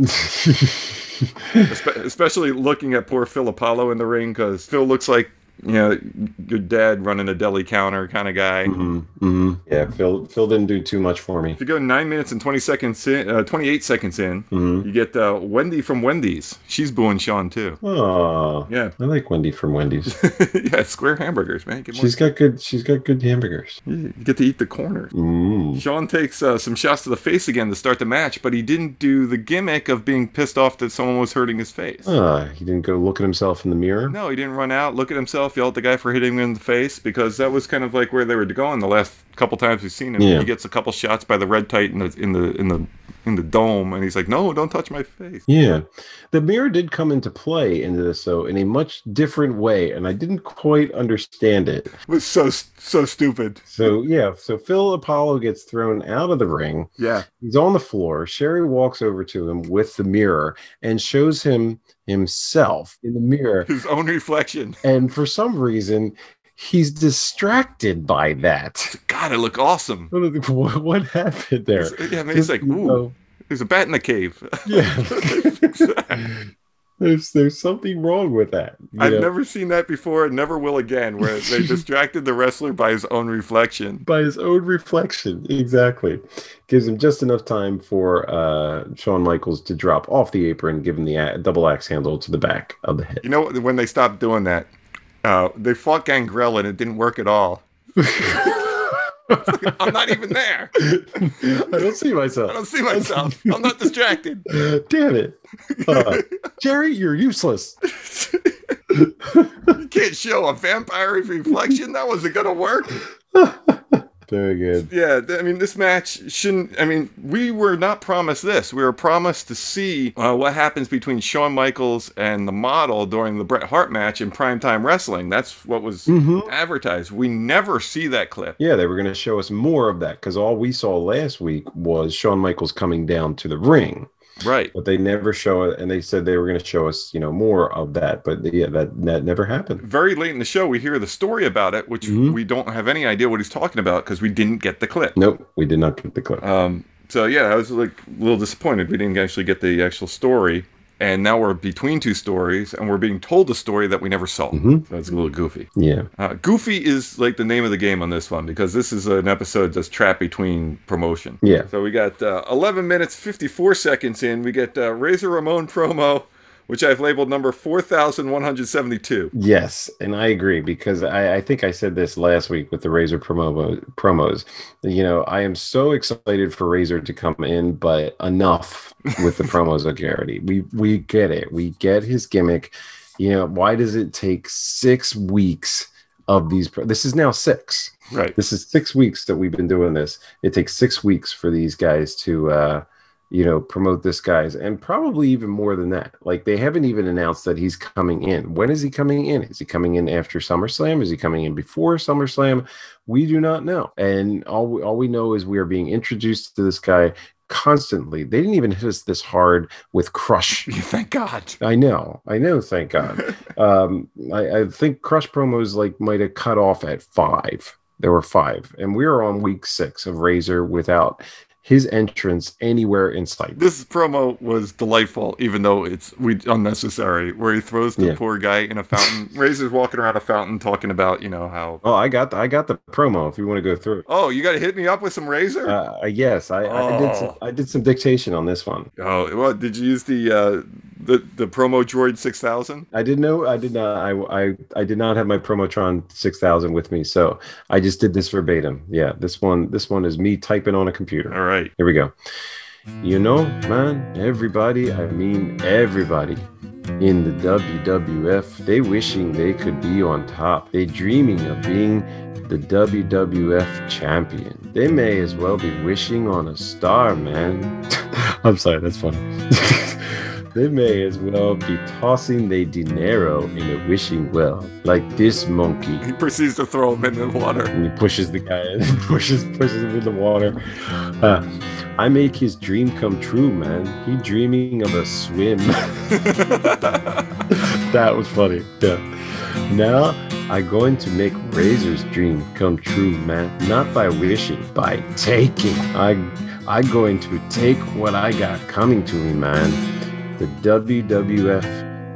Speaker 1: Espe- especially looking at poor Phil Apollo in the ring because Phil looks like you know your dad running a deli counter kind of guy.
Speaker 2: hmm
Speaker 1: Mm-hmm.
Speaker 2: hmm yeah phil phil didn't do too much for me
Speaker 1: If you go nine minutes and twenty seconds in, uh, twenty-eight seconds in,
Speaker 2: hmm
Speaker 1: you get uh, Wendy from Wendy's. She's booing Shawn too.
Speaker 2: oh
Speaker 1: Yeah,
Speaker 2: i like wendy from wendy's
Speaker 1: yeah, square hamburgers, man. Get more.
Speaker 2: she's got good she's got good hamburgers
Speaker 1: You get to eat the corners.
Speaker 2: mm.
Speaker 1: Sean takes uh, some shots to the face again to start the match, but he didn't do the gimmick of being pissed off that someone was hurting his face.
Speaker 2: Uh, he didn't go look at himself in the mirror.
Speaker 1: No, he didn't run out, look at himself, yell at the guy for hitting him in the face, because that was kind of like where they were going the last couple times we've seen him.
Speaker 2: Yeah.
Speaker 1: He gets a couple shots by the red tight in the in the in the in the dome, and he's like, "No, don't touch my face."
Speaker 2: Yeah, the mirror did come into play into this though in a much different way, and I didn't quite understand it.
Speaker 1: It was so so stupid.
Speaker 2: So yeah, so Phil Apollo gets thrown out of the ring.
Speaker 1: Yeah,
Speaker 2: He's on the floor. Sherry walks over to him with the mirror and shows him himself in the mirror.
Speaker 1: his own reflection.
Speaker 2: And for some reason, he's distracted by that.
Speaker 1: God, I look awesome.
Speaker 2: What, what happened there?
Speaker 1: Yeah, man, he's like,
Speaker 2: You
Speaker 1: "Ooh,
Speaker 2: know,
Speaker 1: there's a bat in the cave."
Speaker 2: yeah. there's there's something wrong with that. you
Speaker 1: I've
Speaker 2: know?
Speaker 1: never seen that before and never will again, where they distracted the wrestler by his own reflection.
Speaker 2: by his own reflection. Exactly. Gives him just enough time for uh, Shawn Michaels to drop off the apron, give him the a- double axe handle to the back of the head.
Speaker 1: You know, when they stopped doing that, uh, they fought Gangrel and it didn't work at all. I'm not even there.
Speaker 2: I don't see
Speaker 1: I
Speaker 2: myself.
Speaker 1: don't see myself. I'm not distracted.
Speaker 2: Damn it. Uh, Jerry, you're useless.
Speaker 1: You can't show a vampire reflection. That wasn't going to work.
Speaker 2: Very good.
Speaker 1: Yeah, th- I mean, this match shouldn't. I mean, we were not promised this. We were promised to see uh, what happens between Shawn Michaels and the model during the Bret Hart match in primetime wrestling. That's what was
Speaker 2: hmm
Speaker 1: advertised. We never see that clip.
Speaker 2: Yeah, they were going to show us more of that because all we saw last week was Shawn Michaels coming down to the ring.
Speaker 1: Right.
Speaker 2: but they never show it and they said they were going to show us you know more of that but yeah that that never happened
Speaker 1: Very late in the show, we hear the story about it, which
Speaker 2: Mhm.
Speaker 1: we don't have any idea what he's talking about because we didn't get the clip.
Speaker 2: nope we did not get the clip
Speaker 1: Um, so yeah, I was like a little disappointed we didn't actually get the actual story, and now we're between two stories, and we're being told a story that we never saw.
Speaker 2: hmm
Speaker 1: So it's Mm-hmm. a little goofy.
Speaker 2: yeah
Speaker 1: Uh, goofy is like the name of the game on this one because this is an episode that's trapped between promotion.
Speaker 2: yeah
Speaker 1: So we got uh, 11 minutes 54 seconds in. We get uh, Razor Ramon promo, which I've labeled number 4172.
Speaker 2: yes and i agree because i i think i said this last week with the razor promo promos you know i am so excited for razor to come in but enough with the promos of Garrity. we we get it we get his gimmick you know why does it take six weeks of these pro- this is now six
Speaker 1: Right.
Speaker 2: this is six weeks that we've been doing this. It takes six weeks for these guys to, uh, you know, promote this guy's, and probably even more than that. Like they haven't even announced that he's coming in. When is he coming in? Is he coming in after SummerSlam? Is he coming in before SummerSlam? We do not know. And all we, all we know is we are being introduced to this guy constantly. They didn't even hit us this hard with Crush.
Speaker 1: Thank God.
Speaker 2: I know, I know. Thank God. um, I, I think Crush promos like might have cut off at five. There were five, and we are on week six of Razor without his entrance anywhere in sight.
Speaker 1: This promo was delightful, even though it's we unnecessary. Where he throws the
Speaker 2: Yeah.
Speaker 1: poor guy in a fountain. Razor's walking around a fountain talking about, you know, how
Speaker 2: Oh, I got the, I got the promo. If you want to go through, it.
Speaker 1: oh, you got to hit me up with some razor.
Speaker 2: uh, yes, I, I did some,
Speaker 1: Oh.
Speaker 2: I did some dictation on this one.
Speaker 1: oh, well, did you use the uh, the the promo droid six thousand?
Speaker 2: I did know I did not I I, I did not have my Promotron six thousand with me, so I just did this verbatim. Yeah, this one this one is me typing on a computer.
Speaker 1: All right.
Speaker 2: Here we go. You know, man, everybody, I mean everybody in the WWF, they wishing they could be on top. They dreaming of being the WWF champion. They may as well be wishing on a star, man. I'm sorry, that's funny. they may as well be tossing their dinero in a wishing well, like this monkey.
Speaker 1: He proceeds to throw him in the water.
Speaker 2: And he pushes the guy in, pushes pushes him in the water. Uh, I make his dream come true, man. He dreaming of a swim. that was funny. Yeah. Now I going to make Razor's dream come true, man. Not by wishing, by taking. I I going to take what I got coming to me, man. The WWF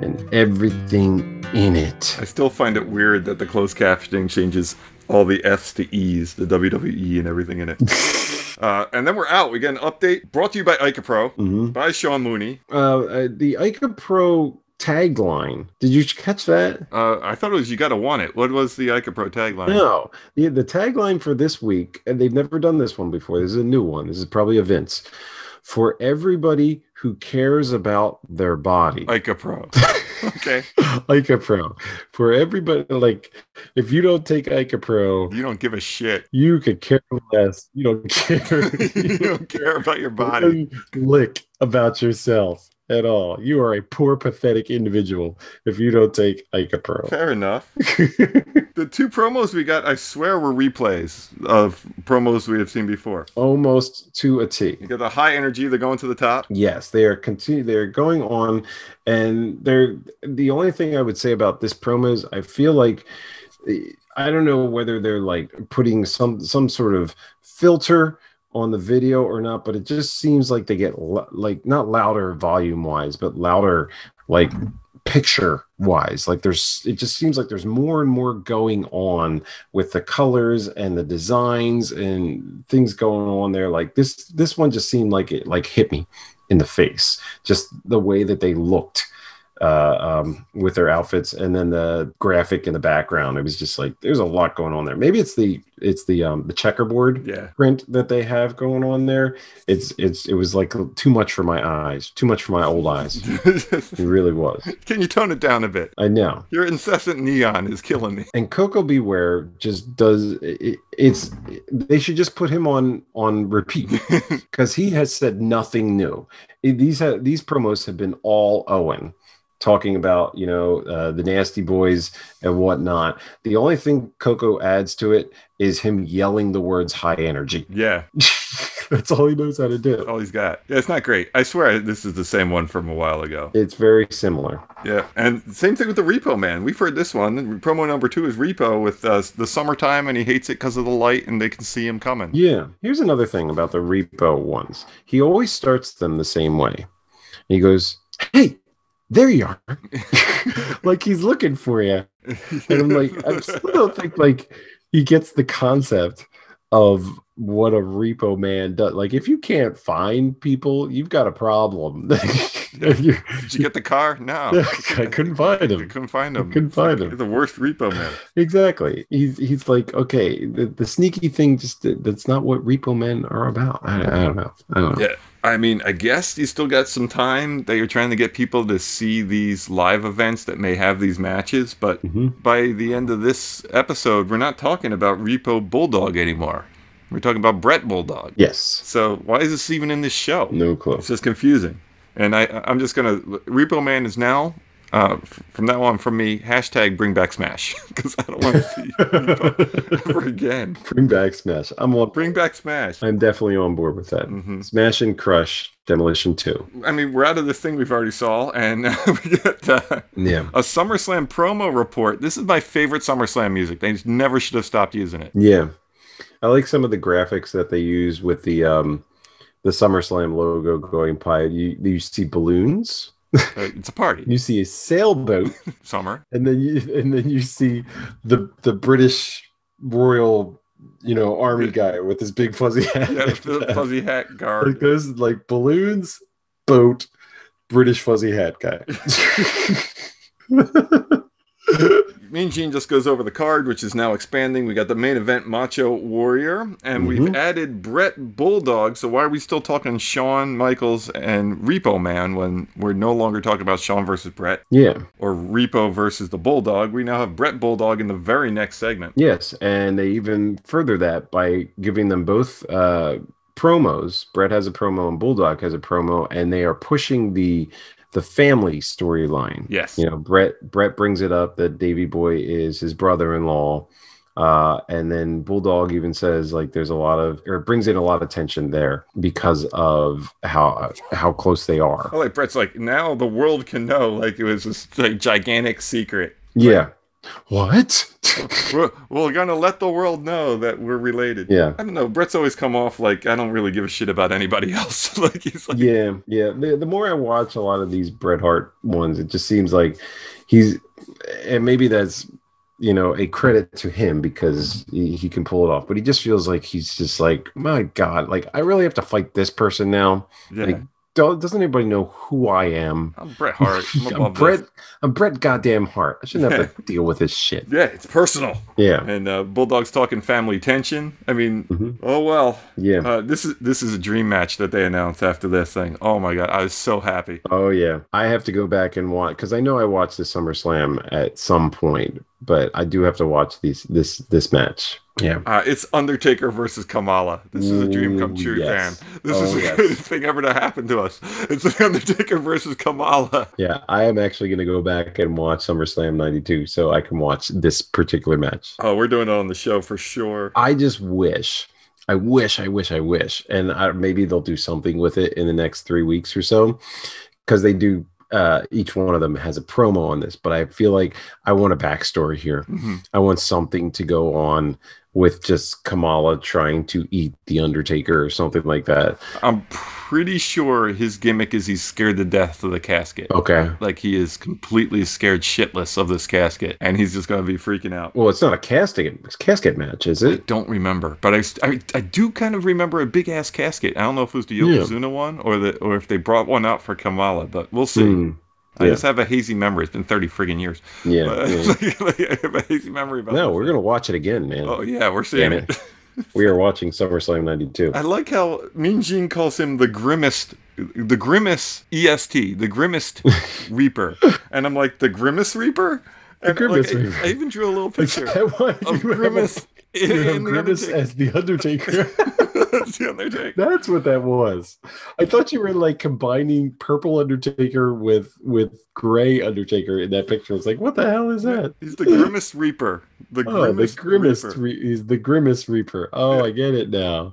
Speaker 2: and everything in it.
Speaker 1: I still find it weird that the closed captioning changes all the F's to E's, the WWE and everything in it. Uh, and then we're out. We get an update brought to you by IcaPro,
Speaker 2: Mhm.
Speaker 1: by Sean Mooney.
Speaker 2: Uh, uh, the Ica Pro tagline. Did you catch that?
Speaker 1: Uh, I thought it was you gotta want it. What was the IcaPro tagline?
Speaker 2: No, the, the tagline for this week, and they've never done this one before. This is a new one. This is probably a Vince. For everybody who cares about their body,
Speaker 1: IcaPro. okay.
Speaker 2: Ica Pro. For everybody, like if you don't take Ica Pro,
Speaker 1: You don't give a shit.
Speaker 2: you could care less. You don't care.
Speaker 1: you don't care about your body.
Speaker 2: One lick about yourself at all. You are a poor, pathetic individual if you don't take Ica Pro.
Speaker 1: Fair enough. The two promos we got, I swear, were replays of promos we have seen before.
Speaker 2: Almost to a T.
Speaker 1: You got the high energy, they're going to the top.
Speaker 2: Yes, they are continue. They're going on, and they're the only thing I would say about this promo is I feel like eh, I don't know whether they're like putting some some sort of filter on the video or not, but it just seems like they get lo- like not louder volume wise, but louder like picture wise. Like there's it just seems like there's more and more going on with the colors and the designs and things going on there. Like this this one just seemed like it like hit me in the face, just the way that they looked uh, um, with their outfits, and then the graphic in the background. It was just like there's a lot going on there. Maybe it's the it's the um, the checkerboard
Speaker 1: Yeah.
Speaker 2: print that they have going on there. It's it's it was like too much for my eyes, too much for my old eyes. It really was.
Speaker 1: Can you tone it down a bit?
Speaker 2: I know.
Speaker 1: Your incessant neon is killing me.
Speaker 2: and Coco Beware just does it, it's they should just put him on on repeat because he has said nothing new. It- These ha these promos have been all Owen talking about you know uh, the nasty boys and whatnot. The only thing Coco adds to it is him yelling the words high energy.
Speaker 1: Yeah,
Speaker 2: That's all he knows how to
Speaker 1: that's
Speaker 2: do.
Speaker 1: all he's got. Yeah, it's not great. I swear this is the same one from a while ago.
Speaker 2: It's very similar.
Speaker 1: Yeah, and same thing with the Repo Man. We've heard this one. Promo number two is Repo with uh, the summertime, and he hates it because of the light, and they can see him coming.
Speaker 2: Yeah. Here's another thing about the repo ones. He always starts them the same way. He goes, Hey, there you are. like he's looking for you. And I'm like, I still don't think like he gets the concept of what a repo man does. Like, if you can't find people, you've got a problem. You're-
Speaker 1: Did you get the car? No,
Speaker 2: I couldn't find
Speaker 1: I
Speaker 2: him.
Speaker 1: couldn't find him.
Speaker 2: Couldn't find him.
Speaker 1: You're the worst Repo Man.
Speaker 2: Exactly. He's he's like, okay, the, the sneaky thing just that's not what repo men are about. I, I don't know. I don't know.
Speaker 1: Yeah. I mean, I guess you still got some time that you're trying to get people to see these live events that may have these matches, but
Speaker 2: Mhm.
Speaker 1: by the end of this episode, we're not talking about Repo Bulldog anymore. We're talking about Brett Bulldog.
Speaker 2: Yes.
Speaker 1: So why is this even in this show?
Speaker 2: No clue.
Speaker 1: It's just confusing. And I, I'm just gonna Repo Man is now uh, f- from now on from me hashtag Bring Back Smash because I don't want to see Repo ever again.
Speaker 2: Bring back Smash. I'm on.
Speaker 1: Bring back Smash.
Speaker 2: I'm definitely on board with that.
Speaker 1: Mhm.
Speaker 2: Smash and Crush Demolition Two.
Speaker 1: I mean, we're out of this thing we've already saw, and we get uh,
Speaker 2: Yeah.
Speaker 1: a SummerSlam promo report. This is my favorite SummerSlam music. They never should have stopped using it.
Speaker 2: Yeah. I like some of the graphics that they use with the um the SummerSlam logo going by. You you see balloons.
Speaker 1: Uh, It's a party.
Speaker 2: You see a sailboat.
Speaker 1: Summer.
Speaker 2: and then you and then you see the the British royal you know army guy with his big fuzzy hat.
Speaker 1: Yeah, the fuzzy hat
Speaker 2: like
Speaker 1: guard.
Speaker 2: those like balloons, boat, British fuzzy hat guy.
Speaker 1: Mean Gene just goes over the card, which is now expanding. We got the main event Macho Warrior, and we've
Speaker 2: Mhm.
Speaker 1: added Brett Bulldog. So why are we still talking Shawn Michaels and Repo Man when we're no longer talking about Shawn versus Brett
Speaker 2: Yeah.
Speaker 1: or Repo versus the Bulldog? We now have Brett Bulldog in the very next segment.
Speaker 2: Yes, and they even further that by giving them both uh, promos. Brett has a promo and Bulldog has a promo, and they are pushing the the family storyline.
Speaker 1: Yes.
Speaker 2: You know, Brett Brett brings it up that Davy Boy is his brother-in-law. Uh, and then Bulldog even says like there's a lot of or brings in a lot of tension there because of how how close they are.
Speaker 1: I like Brett's like now the world can know like it was this like, gigantic secret.
Speaker 2: Yeah. What?
Speaker 1: We're, we're gonna let the world know that we're related.
Speaker 2: yeah.
Speaker 1: I don't know. Brett's always come off like I don't really give a shit about anybody else. like he's like
Speaker 2: yeah yeah the, the more i watch a lot of these bret hart ones it just seems like he's and maybe that's you know a credit to him because he, he can pull it off but he just feels like he's just like my god like i really have to fight this person now
Speaker 1: yeah.
Speaker 2: Like, Do- doesn't anybody know who i am
Speaker 1: I'm Bret Hart. I'm
Speaker 2: I'm
Speaker 1: above
Speaker 2: Bret.
Speaker 1: this.
Speaker 2: I'm Bret. Goddamn Hart. I shouldn't have to deal with this shit.
Speaker 1: Yeah, it's personal.
Speaker 2: Yeah.
Speaker 1: And uh, Bulldog's talking family tension. I mean,
Speaker 2: Mhm.
Speaker 1: oh well.
Speaker 2: Yeah.
Speaker 1: Uh, this is this is a dream match that they announced after this thing. Oh my god, I was so happy.
Speaker 2: Oh yeah, I have to go back and watch because I know I watched the SummerSlam at some point, but I do have to watch these this this match. Yeah,
Speaker 1: Uh, it's Undertaker versus Kamala. This is a dream come
Speaker 2: Ooh,
Speaker 1: true,
Speaker 2: yes.
Speaker 1: Dan. This is
Speaker 2: Oh,
Speaker 1: the
Speaker 2: yes.
Speaker 1: greatest thing ever to happen to us. It's the Undertaker versus Kamala.
Speaker 2: yeah, I am actually going to go back and watch SummerSlam '92 so I can watch this particular match.
Speaker 1: Oh, we're doing it on the show for sure.
Speaker 2: I just wish, I wish, I wish, I wish, and I, maybe they'll do something with it in the next three weeks or so, because they do. Uh, each one of them has a promo on this, but I feel like I want a backstory here.
Speaker 1: Mhm.
Speaker 2: I want something to go on with just Kamala trying to eat the Undertaker or something like that.
Speaker 1: I'm pretty sure his gimmick is he's scared to death of the casket.
Speaker 2: Okay.
Speaker 1: Like he is completely scared shitless of this casket, and he's just gonna be freaking out.
Speaker 2: Well, it's not a casket it's a casket match, is
Speaker 1: I
Speaker 2: it?
Speaker 1: don't remember, but I, I, I do kind of remember a big ass casket. I don't know if it was the
Speaker 2: Yeah.
Speaker 1: Yokozuna one or the or if they brought one out for Kamala, but we'll see.
Speaker 2: Hmm.
Speaker 1: I
Speaker 2: yeah.
Speaker 1: just have a hazy memory. It's been thirty friggin' years.
Speaker 2: Yeah.
Speaker 1: But-
Speaker 2: yeah.
Speaker 1: I have a hazy memory about.
Speaker 2: No,
Speaker 1: this.
Speaker 2: we're gonna watch it again, man.
Speaker 1: Oh yeah, we're seeing
Speaker 2: Damn
Speaker 1: it.
Speaker 2: We are watching SummerSlam '92.
Speaker 1: I like how Mean Gene calls him the grimmest, the grimmest EST, the grimmest Reaper, and I'm like the grimmest Reaper. And
Speaker 2: grimmest
Speaker 1: like, I-
Speaker 2: Reaper.
Speaker 1: I, even drew a little picture of
Speaker 2: Of
Speaker 1: grimace in, in the
Speaker 2: Grimace
Speaker 1: Undertaker.
Speaker 2: as the Undertaker.
Speaker 1: That's the Undertaker.
Speaker 2: That's what that was. I thought you were like combining purple Undertaker with with gray Undertaker in that picture. It's like, what the hell is that?
Speaker 1: He's the grimmest Reaper. The
Speaker 2: Oh, the
Speaker 1: grimmest,
Speaker 2: grimace
Speaker 1: Reaper.
Speaker 2: re- he's the grimace reaper. Oh,
Speaker 1: Yeah.
Speaker 2: I get it now.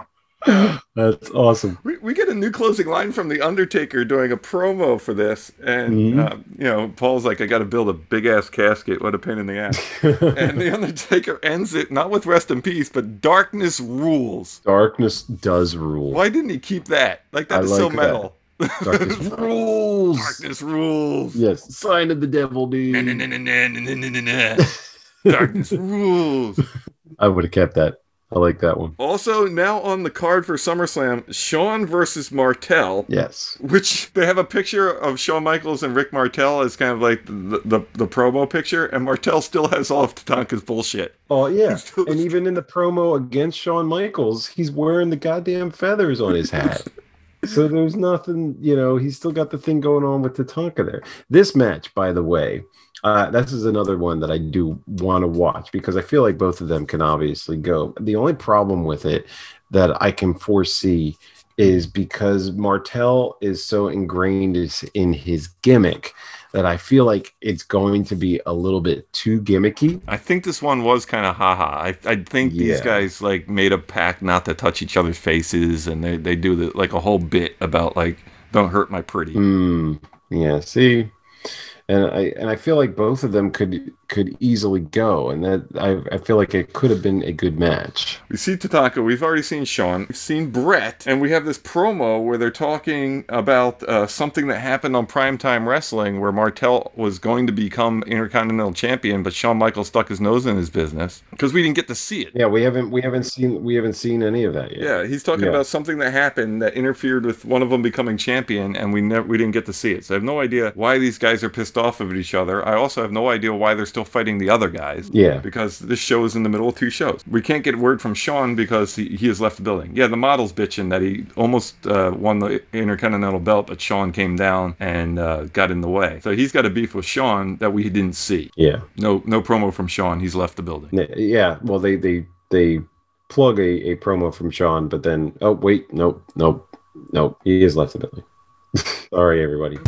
Speaker 2: That's awesome.
Speaker 1: we, we get a new closing line from the Undertaker doing a promo for this, and
Speaker 2: Mhm.
Speaker 1: uh, you know Paul's like, "I got to build a big ass casket. What a pain in the ass." and the Undertaker ends it not with "Rest in peace," but "Darkness rules."
Speaker 2: Darkness does rule.
Speaker 1: Why didn't he keep that? Like that
Speaker 2: I
Speaker 1: is so
Speaker 2: like that.
Speaker 1: metal.
Speaker 2: Darkness rules.
Speaker 1: Darkness rules.
Speaker 2: Yes, sign of the devil,
Speaker 1: Na,
Speaker 2: dude.
Speaker 1: na, na, na, na, na, na, na, na. Darkness rules.
Speaker 2: I would have kept that. I like that one.
Speaker 1: Also, now on the card for SummerSlam, Shawn versus Martel.
Speaker 2: Yes.
Speaker 1: Which they have a picture of Shawn Michaels and Rick Martel as kind of like the the, the promo picture, and Martel still has all of Tatanka's bullshit.
Speaker 2: Oh yeah.
Speaker 1: Still-
Speaker 2: And even in the promo against Shawn Michaels, he's wearing the goddamn feathers on his hat. so there's nothing, you know, he's still got the thing going on with Tatanka there. This match, by the way, uh, this is another one that I do want to watch because I feel like both of them can obviously go. The only problem with it that I can foresee is because Martel is so ingrained is in his gimmick that I feel like it's going to be a little bit too gimmicky.
Speaker 1: I think this one was kind of haha. I I think these
Speaker 2: Yeah.
Speaker 1: guys like made a pact not to touch each other's faces, and they they do the, like a whole bit about like don't hurt my pretty.
Speaker 2: Mm, yeah. See, and I and I feel like both of them could could easily go, and that I I feel like it could have been a good match.
Speaker 1: We see Tatanka. We've already seen Sean. We've seen Brett, and we have this promo where they're talking about uh, something that happened on Primetime Wrestling, where Martel was going to become Intercontinental Champion, but Shawn Michaels stuck his nose in his business because we didn't get to see it.
Speaker 2: Yeah, we haven't we haven't seen we haven't seen any of that yet.
Speaker 1: Yeah, he's talking
Speaker 2: Yeah.
Speaker 1: about something that happened that interfered with one of them becoming champion, and we never we didn't get to see it. So I have no idea why these guys are pissed off of each other. I also have no idea why they're still fighting the other guys.
Speaker 2: Yeah.
Speaker 1: Because this show is in the middle of two shows. We can't get word from Sean because he, he has left the building. Yeah, the model's bitching that he almost uh, won the Intercontinental Belt, but Sean came down and uh, got in the way. So he's got a beef with Sean that we didn't see.
Speaker 2: Yeah.
Speaker 1: No, no promo from Sean. He's left the building.
Speaker 2: N- Yeah. Well, they they they plug a, a promo from Sean, but then oh wait, nope, nope, nope. He has left the building. Sorry, everybody.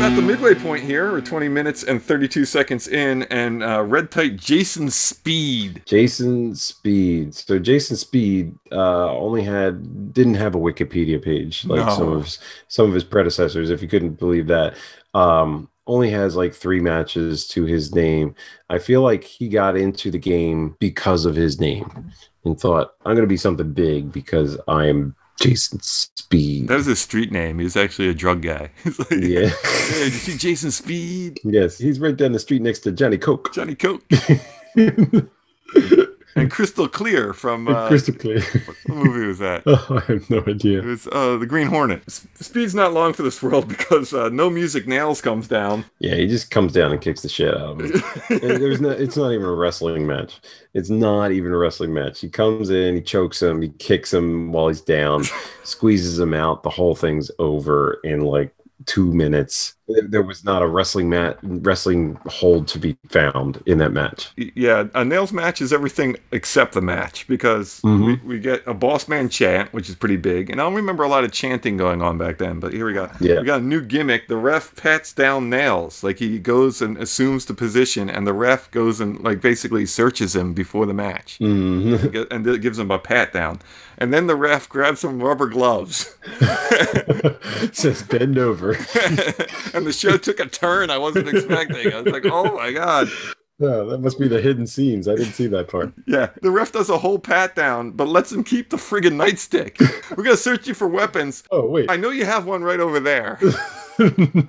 Speaker 1: At the midway point here, we're 20 minutes and 32 seconds in, and uh, red tight Jason Speed.
Speaker 2: Jason Speed. So Jason Speed uh, only had didn't have a Wikipedia page like
Speaker 1: No.
Speaker 2: some of his, some of his predecessors. If you couldn't believe that, um, only has like three matches to his name. I feel like he got into the game because of his name and thought I'm going to be something big because I am Jason Speed.
Speaker 1: That was his street name. He was actually a drug guy. It's like,
Speaker 2: yeah.
Speaker 1: Hey, did you see Jason Speed?
Speaker 2: yes, he's right down the street next to Johnny Coke.
Speaker 1: Johnny Coke and Crystal Clear from uh,
Speaker 2: Crystal clear.
Speaker 1: what movie was that?
Speaker 2: oh, I have no idea.
Speaker 1: It was uh, the Green Hornet. S- Speed's not long for this world because uh, no music nails comes down.
Speaker 2: Yeah, he just comes down and kicks the shit out of him. And There's no, it's not even a wrestling match. It's not even a wrestling match. He comes in, he chokes him, he kicks him while he's down, squeezes him out. The whole thing's over in like two minutes. There there was not a wrestling mat, wrestling hold to be found in that match.
Speaker 1: yeah, a nails match is everything except the match because we,
Speaker 2: Mhm.
Speaker 1: we get a boss man chant, which is pretty big. And I don't remember a lot of chanting going on back then, but here we go.
Speaker 2: Yeah.
Speaker 1: We got a new gimmick. The ref pats down nails. Like he goes and assumes the position, and the ref goes and like basically searches him before the match.
Speaker 2: Mhm.
Speaker 1: And it gives him a pat down, and then the ref grabs some rubber gloves,
Speaker 2: Says bend over.
Speaker 1: and the show took a turn I wasn't expecting. I was like, "Oh my god!"
Speaker 2: Oh, that must be the hidden scenes. I didn't see that part.
Speaker 1: Yeah, the ref does a whole pat down, but lets him keep the friggin' nightstick. We're gonna search you for weapons.
Speaker 2: Oh, wait.
Speaker 1: I know you have one right over there.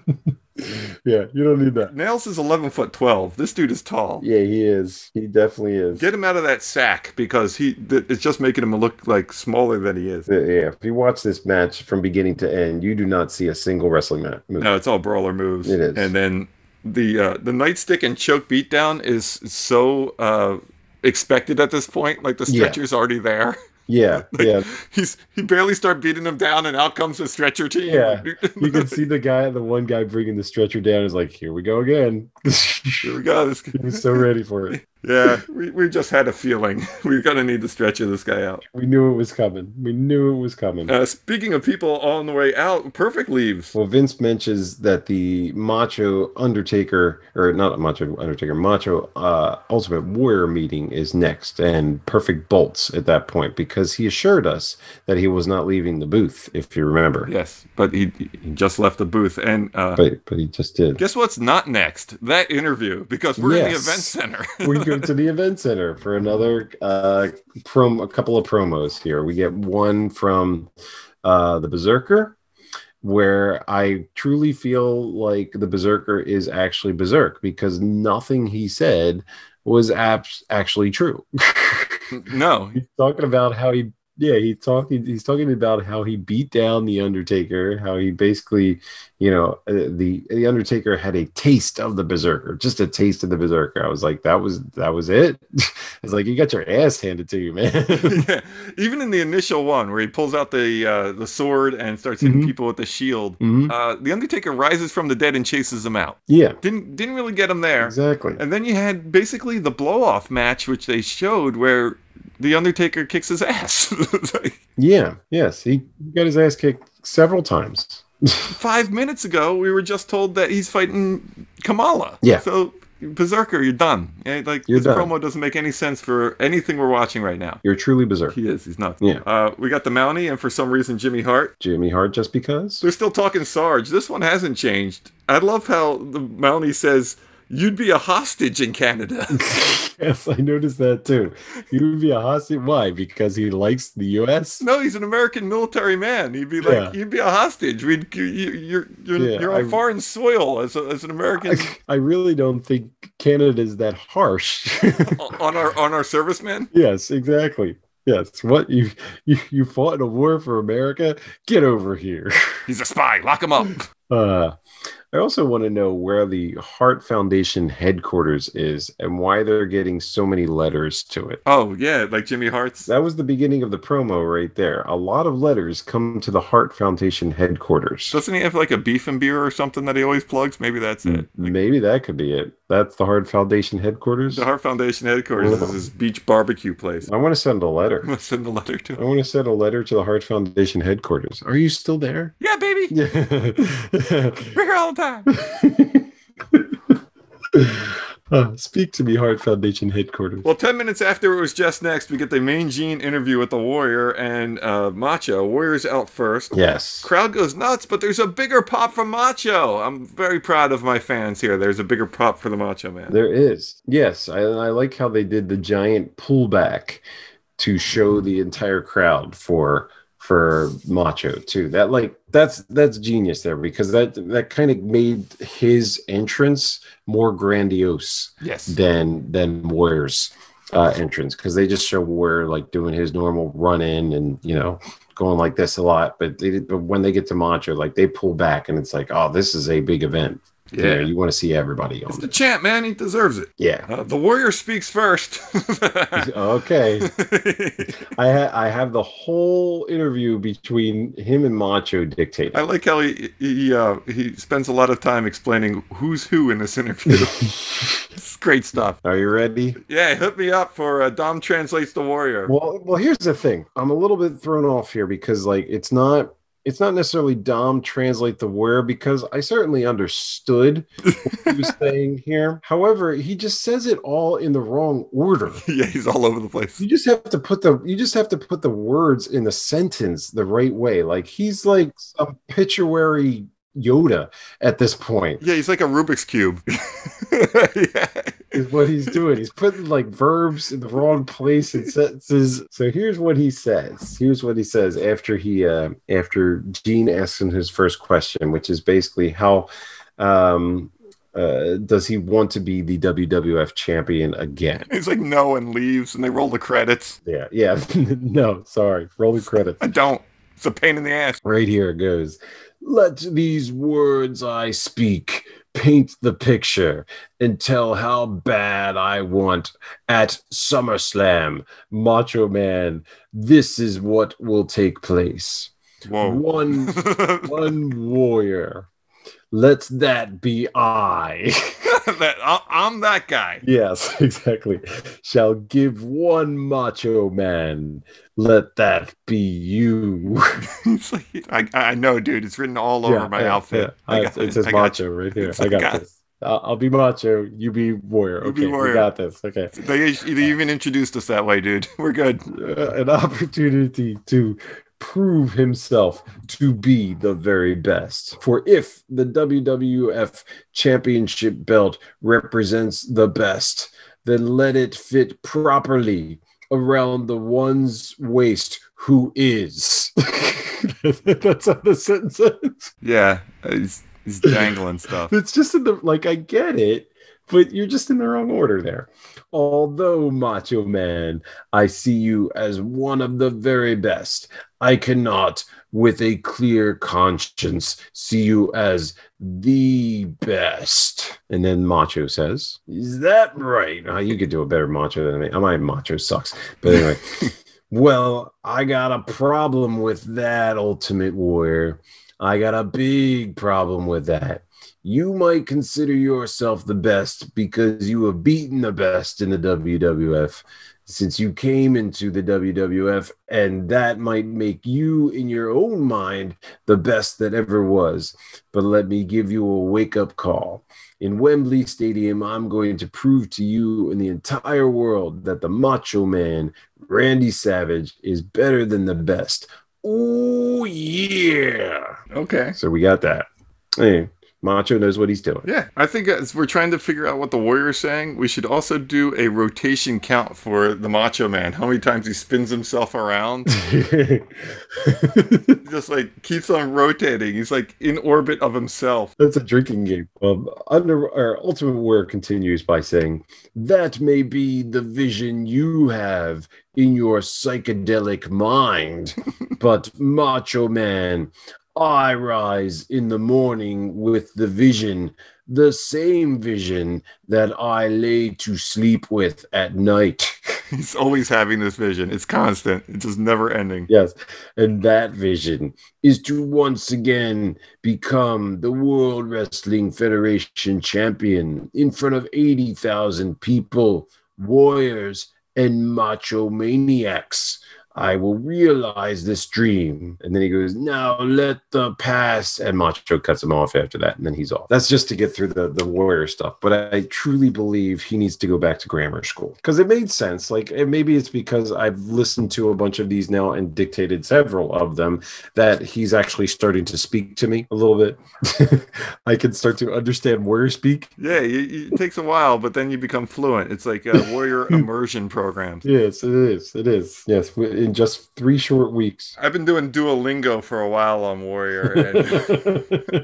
Speaker 2: yeah, you don't need that.
Speaker 1: Nails is 11 foot 12. This dude is tall.
Speaker 2: Yeah, he is. He definitely is.
Speaker 1: Get him out of that sack because he th- it's just making him look like smaller than he is.
Speaker 2: Yeah, if you watch this match from beginning to end, you do not see a single wrestling match.
Speaker 1: No, it's all brawler moves.
Speaker 2: It is.
Speaker 1: And then the uh, the nightstick and choke beatdown is so uh, expected at this point. Like the
Speaker 2: Yeah.
Speaker 1: stretcher's already there.
Speaker 2: Yeah, yeah.
Speaker 1: He's he barely start beating him down, and out comes the stretcher team.
Speaker 2: Yeah. You can see the guy, the one guy bringing the stretcher down is like, here we go again. he
Speaker 1: Here we go. This,
Speaker 2: was so ready for it.
Speaker 1: Yeah, we, we just had a feeling. We're going to need to stretch this guy out.
Speaker 2: We knew it was coming. We knew it was coming.
Speaker 1: Uh, speaking of people on the way out, Perfect leaves.
Speaker 2: Well, Vince mentions that the Macho Undertaker, or not Macho Undertaker, Macho uh, Ultimate Warrior meeting is next, and Perfect bolts at that point because he assured us that he was not leaving the booth, if you remember.
Speaker 1: Yes, but he, he just left the booth. And uh,
Speaker 2: But but he just did.
Speaker 1: guess what's not next? That interview, because we're in the
Speaker 2: Yes.
Speaker 1: event center.
Speaker 2: we go to the event center for another uh prom a couple of promos here we get one from uh the berserker where i truly feel like the berserker is actually berserk because nothing he said was abs- actually true
Speaker 1: no,
Speaker 2: he's talking about how he yeah he talked he's talking about how he beat down the undertaker how he basically you know uh, the the undertaker had a taste of the berserker just a taste of the berserker i was like that was that was it i was like you got your ass handed to you man
Speaker 1: yeah. even in the initial one where he pulls out the uh, the sword and starts hitting
Speaker 2: Mhm.
Speaker 1: people with the shield,
Speaker 2: Mhm.
Speaker 1: uh, the Undertaker rises from the dead and chases him out.
Speaker 2: yeah
Speaker 1: Didn't didn't really get him there.
Speaker 2: exactly
Speaker 1: And then you had basically the blow off match, which they showed where the Undertaker kicks his ass. It's like,
Speaker 2: yeah yes he got his ass kicked several times
Speaker 1: five minutes ago, we were just told that he's fighting Kamala.
Speaker 2: Yeah.
Speaker 1: So, Berserker, you're done. And, like,
Speaker 2: You're
Speaker 1: this
Speaker 2: done.
Speaker 1: promo doesn't make any sense for anything we're watching right now.
Speaker 2: you're truly berserk
Speaker 1: He is. He's nuts.
Speaker 2: Yeah.
Speaker 1: Uh, we got the Mountie, and for some reason, Jimmy Hart.
Speaker 2: jimmy hart just because
Speaker 1: They're still talking Sarge. This one hasn't changed. I love how the Mountie says, You'd be a hostage in Canada.
Speaker 2: yes i noticed that too he would be a hostage why because he likes the us
Speaker 1: No, he's an American military man. He'd be like, he'd be a hostage. We'd, you, you're you're
Speaker 2: Yeah,
Speaker 1: you're on
Speaker 2: I-
Speaker 1: foreign soil as, a, as an American
Speaker 2: I, I really don't think Canada is that harsh.
Speaker 1: o- on our on our servicemen.
Speaker 2: yes, exactly. Yes, what you, you you fought in a war for America? Get over here.
Speaker 1: He's a spy. Lock him up.
Speaker 2: Uh, I also want to know where the Hart Foundation headquarters is and why they're getting so many letters to it.
Speaker 1: Oh yeah, like Jimmy Hart's.
Speaker 2: That was the beginning of the promo right there. A lot of letters come to the Hart Foundation headquarters.
Speaker 1: Doesn't he have like a beef and beer or something that he always plugs? Maybe that's
Speaker 2: Hmm.
Speaker 1: it. Like,
Speaker 2: Maybe that could be it. That's the Hart Foundation headquarters.
Speaker 1: the Hart Foundation headquarters is his beach barbecue place.
Speaker 2: I want to send a letter.
Speaker 1: Must send a letter to
Speaker 2: I
Speaker 1: him.
Speaker 2: want to send a letter to the Hart Foundation headquarters. Are you still there?
Speaker 1: Yeah, baby, we're here all the time.
Speaker 2: Uh, speak to me, Hart Foundation headquarters.
Speaker 1: Well, 10 minutes after it was just next, we get the main Gene interview with the Warrior and uh, Macho. Warrior's out first.
Speaker 2: Yes.
Speaker 1: Crowd goes nuts, but there's a bigger pop for Macho. I'm very proud of my fans here. There's a bigger pop for the Macho Man.
Speaker 2: There is. Yes. I, I like how they did the giant pullback to show the entire crowd for for macho too that like that's that's genius there because that that kind of made his entrance more grandiose
Speaker 1: yes.
Speaker 2: than than warriors uh entrance because they just show warrior like doing his normal run in and you know going like this a lot but they did- but when they get to macho like they pull back and it's like oh this is a big event You know,
Speaker 1: Yeah.
Speaker 2: you want to see everybody on
Speaker 1: It's the
Speaker 2: it.
Speaker 1: champ, man. He deserves it.
Speaker 2: yeah
Speaker 1: Uh, the Warrior speaks first.
Speaker 2: okay. I ha- I have the whole interview between him and Macho dictated.
Speaker 1: I like how he he, uh, he spends a lot of time explaining who's who in this interview. it's great stuff.
Speaker 2: Are you ready?
Speaker 1: Yeah, hit me up for uh, Dom translates the Warrior.
Speaker 2: Well, well, here's the thing. I'm a little bit thrown off here because like it's not it's not necessarily Dom translate the word because I certainly understood what he was saying here. However, he just says it all in the wrong order.
Speaker 1: yeah, he's all over the place.
Speaker 2: You just have to put the you just have to put the words in the sentence the right way. Like he's like some pituary Yoda at this point.
Speaker 1: Yeah, he's like a Rubik's cube. yeah.
Speaker 2: is what he's doing. He's putting like verbs in the wrong place and sentences. So here's what he says. Here's what he says after he uh, after Gene asks him his first question, which is basically how um, uh, does he want to be the WWF champion again?
Speaker 1: He's like no and leaves, and they roll the credits.
Speaker 2: Yeah, yeah. no, sorry. Roll the credits.
Speaker 1: I don't. It's a pain in the ass.
Speaker 2: Right here it goes. Let these words I speak paint the picture and tell how bad I want at SummerSlam, Macho Man. This is what will take place.
Speaker 1: Whoa.
Speaker 2: One one warrior. Let that be I.
Speaker 1: that, I, I'm that guy.
Speaker 2: yes, exactly. Shall give one macho man. Let that be you.
Speaker 1: It's like, I, I know, dude. It's written all over my outfit.
Speaker 2: yeah.
Speaker 1: I
Speaker 2: Uh,
Speaker 1: got
Speaker 2: it says
Speaker 1: I got
Speaker 2: macho right here.
Speaker 1: It's
Speaker 2: I got
Speaker 1: like, uh,
Speaker 2: this. I'll, I'll be macho. You be warrior.
Speaker 1: You
Speaker 2: Okay,
Speaker 1: be warrior.
Speaker 2: we got this. Okay,
Speaker 1: you. They, they even introduced us that way, dude. We're good.
Speaker 2: Uh, an opportunity to prove himself to be the very best. For if the WWF Championship belt represents the best, then let it fit properly around the one's waist who is. That's how the sentence ends.
Speaker 1: Yeah. Uh, He's, he's dangling stuff.
Speaker 2: It's just in the like I get it, but you're just in the wrong order there. Although Macho Man, I see you as one of the very best. I cannot, with a clear conscience, see you as the best. And then Macho says, Is that right? Oh, you could do a better Macho than me. I My Macho sucks. But anyway, well, I got a problem with that, Ultimate Warrior. I got a big problem with that you might consider yourself the best because you have beaten the best in the WWF since you came into the WWF, and that might make you, in your own mind, the best that ever was. But let me give you a wake up call. In Wembley Stadium, I'm going to prove to you and the entire world that the macho man, Randy Savage, is better than the best. Ooh, yeah.
Speaker 1: Okay.
Speaker 2: So we got that. Hey, Macho knows what he's doing.
Speaker 1: Yeah, I think uh, as we're trying to figure out what the Warrior's saying, we should also do a rotation count for the Macho Man. How many times he spins himself around? He just like keeps on rotating. He's like in orbit of himself.
Speaker 2: That's a drinking game. Um, under or Ultimate Warrior continues by saying, "That may be the vision you have in your psychedelic mind, but Macho Man, I rise in the morning with the vision, the same vision that I lay to sleep with at night.
Speaker 1: He's always having this vision. It's constant. It's just never ending.
Speaker 2: Yes. And that vision is to once again become the World Wrestling Federation champion in front of 80,000 people, warriors, and macho maniacs. I will realize this dream. And then he goes, Now let the past. And Macho cuts him off after that. And then he's off. That's just to get through the, the warrior stuff. But I truly believe he needs to go back to grammar school because it made sense. Like, and maybe it's because I've listened to a bunch of these now and dictated several of them that he's actually starting to speak to me a little bit. I can start to understand warrior speak.
Speaker 1: Yeah, it, it, takes a while, but then you become fluent. It's like a warrior immersion program.
Speaker 2: Yes, it is. It is. Yes. It, just three short weeks.
Speaker 1: I've been doing Duolingo for a while on Warrior,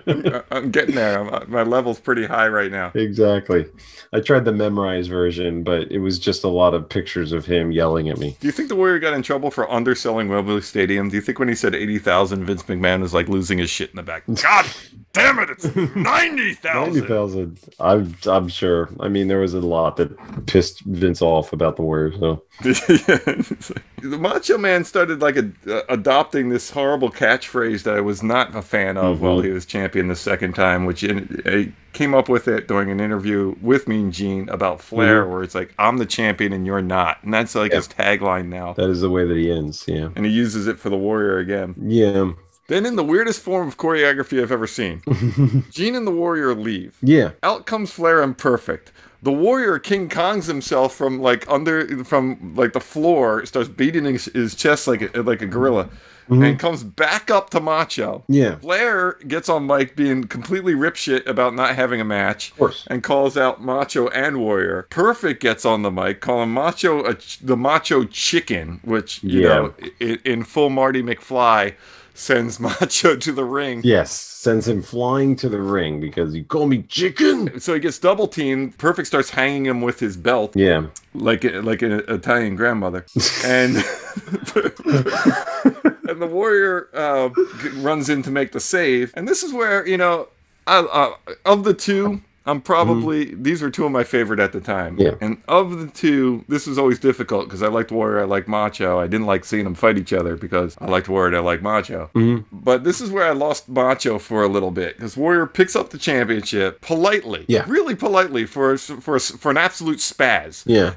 Speaker 1: and I'm, I'm getting there. I'm, uh, my level's pretty high right now.
Speaker 2: Exactly. I tried the memorized version, but it was just a lot of pictures of him yelling at me.
Speaker 1: Do you think the Warrior got in trouble for underselling Wembley Stadium? Do you think when he said eighty thousand, Vince McMahon was like losing his shit in the back? God damn it! It's ninety thousand.
Speaker 2: Ninety thousand. I'm I'm sure. I mean, there was a lot that pissed Vince off about the Warrior. So
Speaker 1: the Macho Man started like a, uh, adopting this horrible catchphrase that I was not a fan of mm-hmm. while he was champion the second time, which in, I came up with it during an interview with Mean Gene about Flair, mm-hmm. where it's like, I'm the champion and you're not. And that's like yeah. his tagline now.
Speaker 2: That is the way that he ends, yeah.
Speaker 1: And he uses it for the Warrior again.
Speaker 2: Yeah.
Speaker 1: Then, in the weirdest form of choreography I've ever seen, Gene and the Warrior leave.
Speaker 2: Yeah.
Speaker 1: Out comes Flair and Perfect the warrior king kongs himself from like under from like the floor starts beating his, his chest like a, like a gorilla mm-hmm. and comes back up to macho
Speaker 2: yeah
Speaker 1: flair gets on mike being completely rip shit about not having a match
Speaker 2: of course.
Speaker 1: and calls out macho and warrior perfect gets on the mic calling macho a, the macho chicken which you yeah. know in, in full marty mcfly sends Macho to the ring.
Speaker 2: Yes, sends him flying to the ring because you call me chicken.
Speaker 1: So he gets double teamed. Perfect starts hanging him with his belt.
Speaker 2: Yeah,
Speaker 1: like like an Italian grandmother, and. and the warrior uh, runs in to make the save, and this is where you know, I, uh, of the two, I'm probably mm-hmm. these were two of my favorite at the time.
Speaker 2: Yeah.
Speaker 1: And of the two, this was always difficult because I liked Warrior, I liked Macho. I didn't like seeing them fight each other because I liked Warrior, I liked Macho.
Speaker 2: Mm-hmm.
Speaker 1: But this is where I lost Macho for a little bit because Warrior picks up the championship politely,
Speaker 2: yeah,
Speaker 1: really politely for for for an absolute spaz.
Speaker 2: Yeah.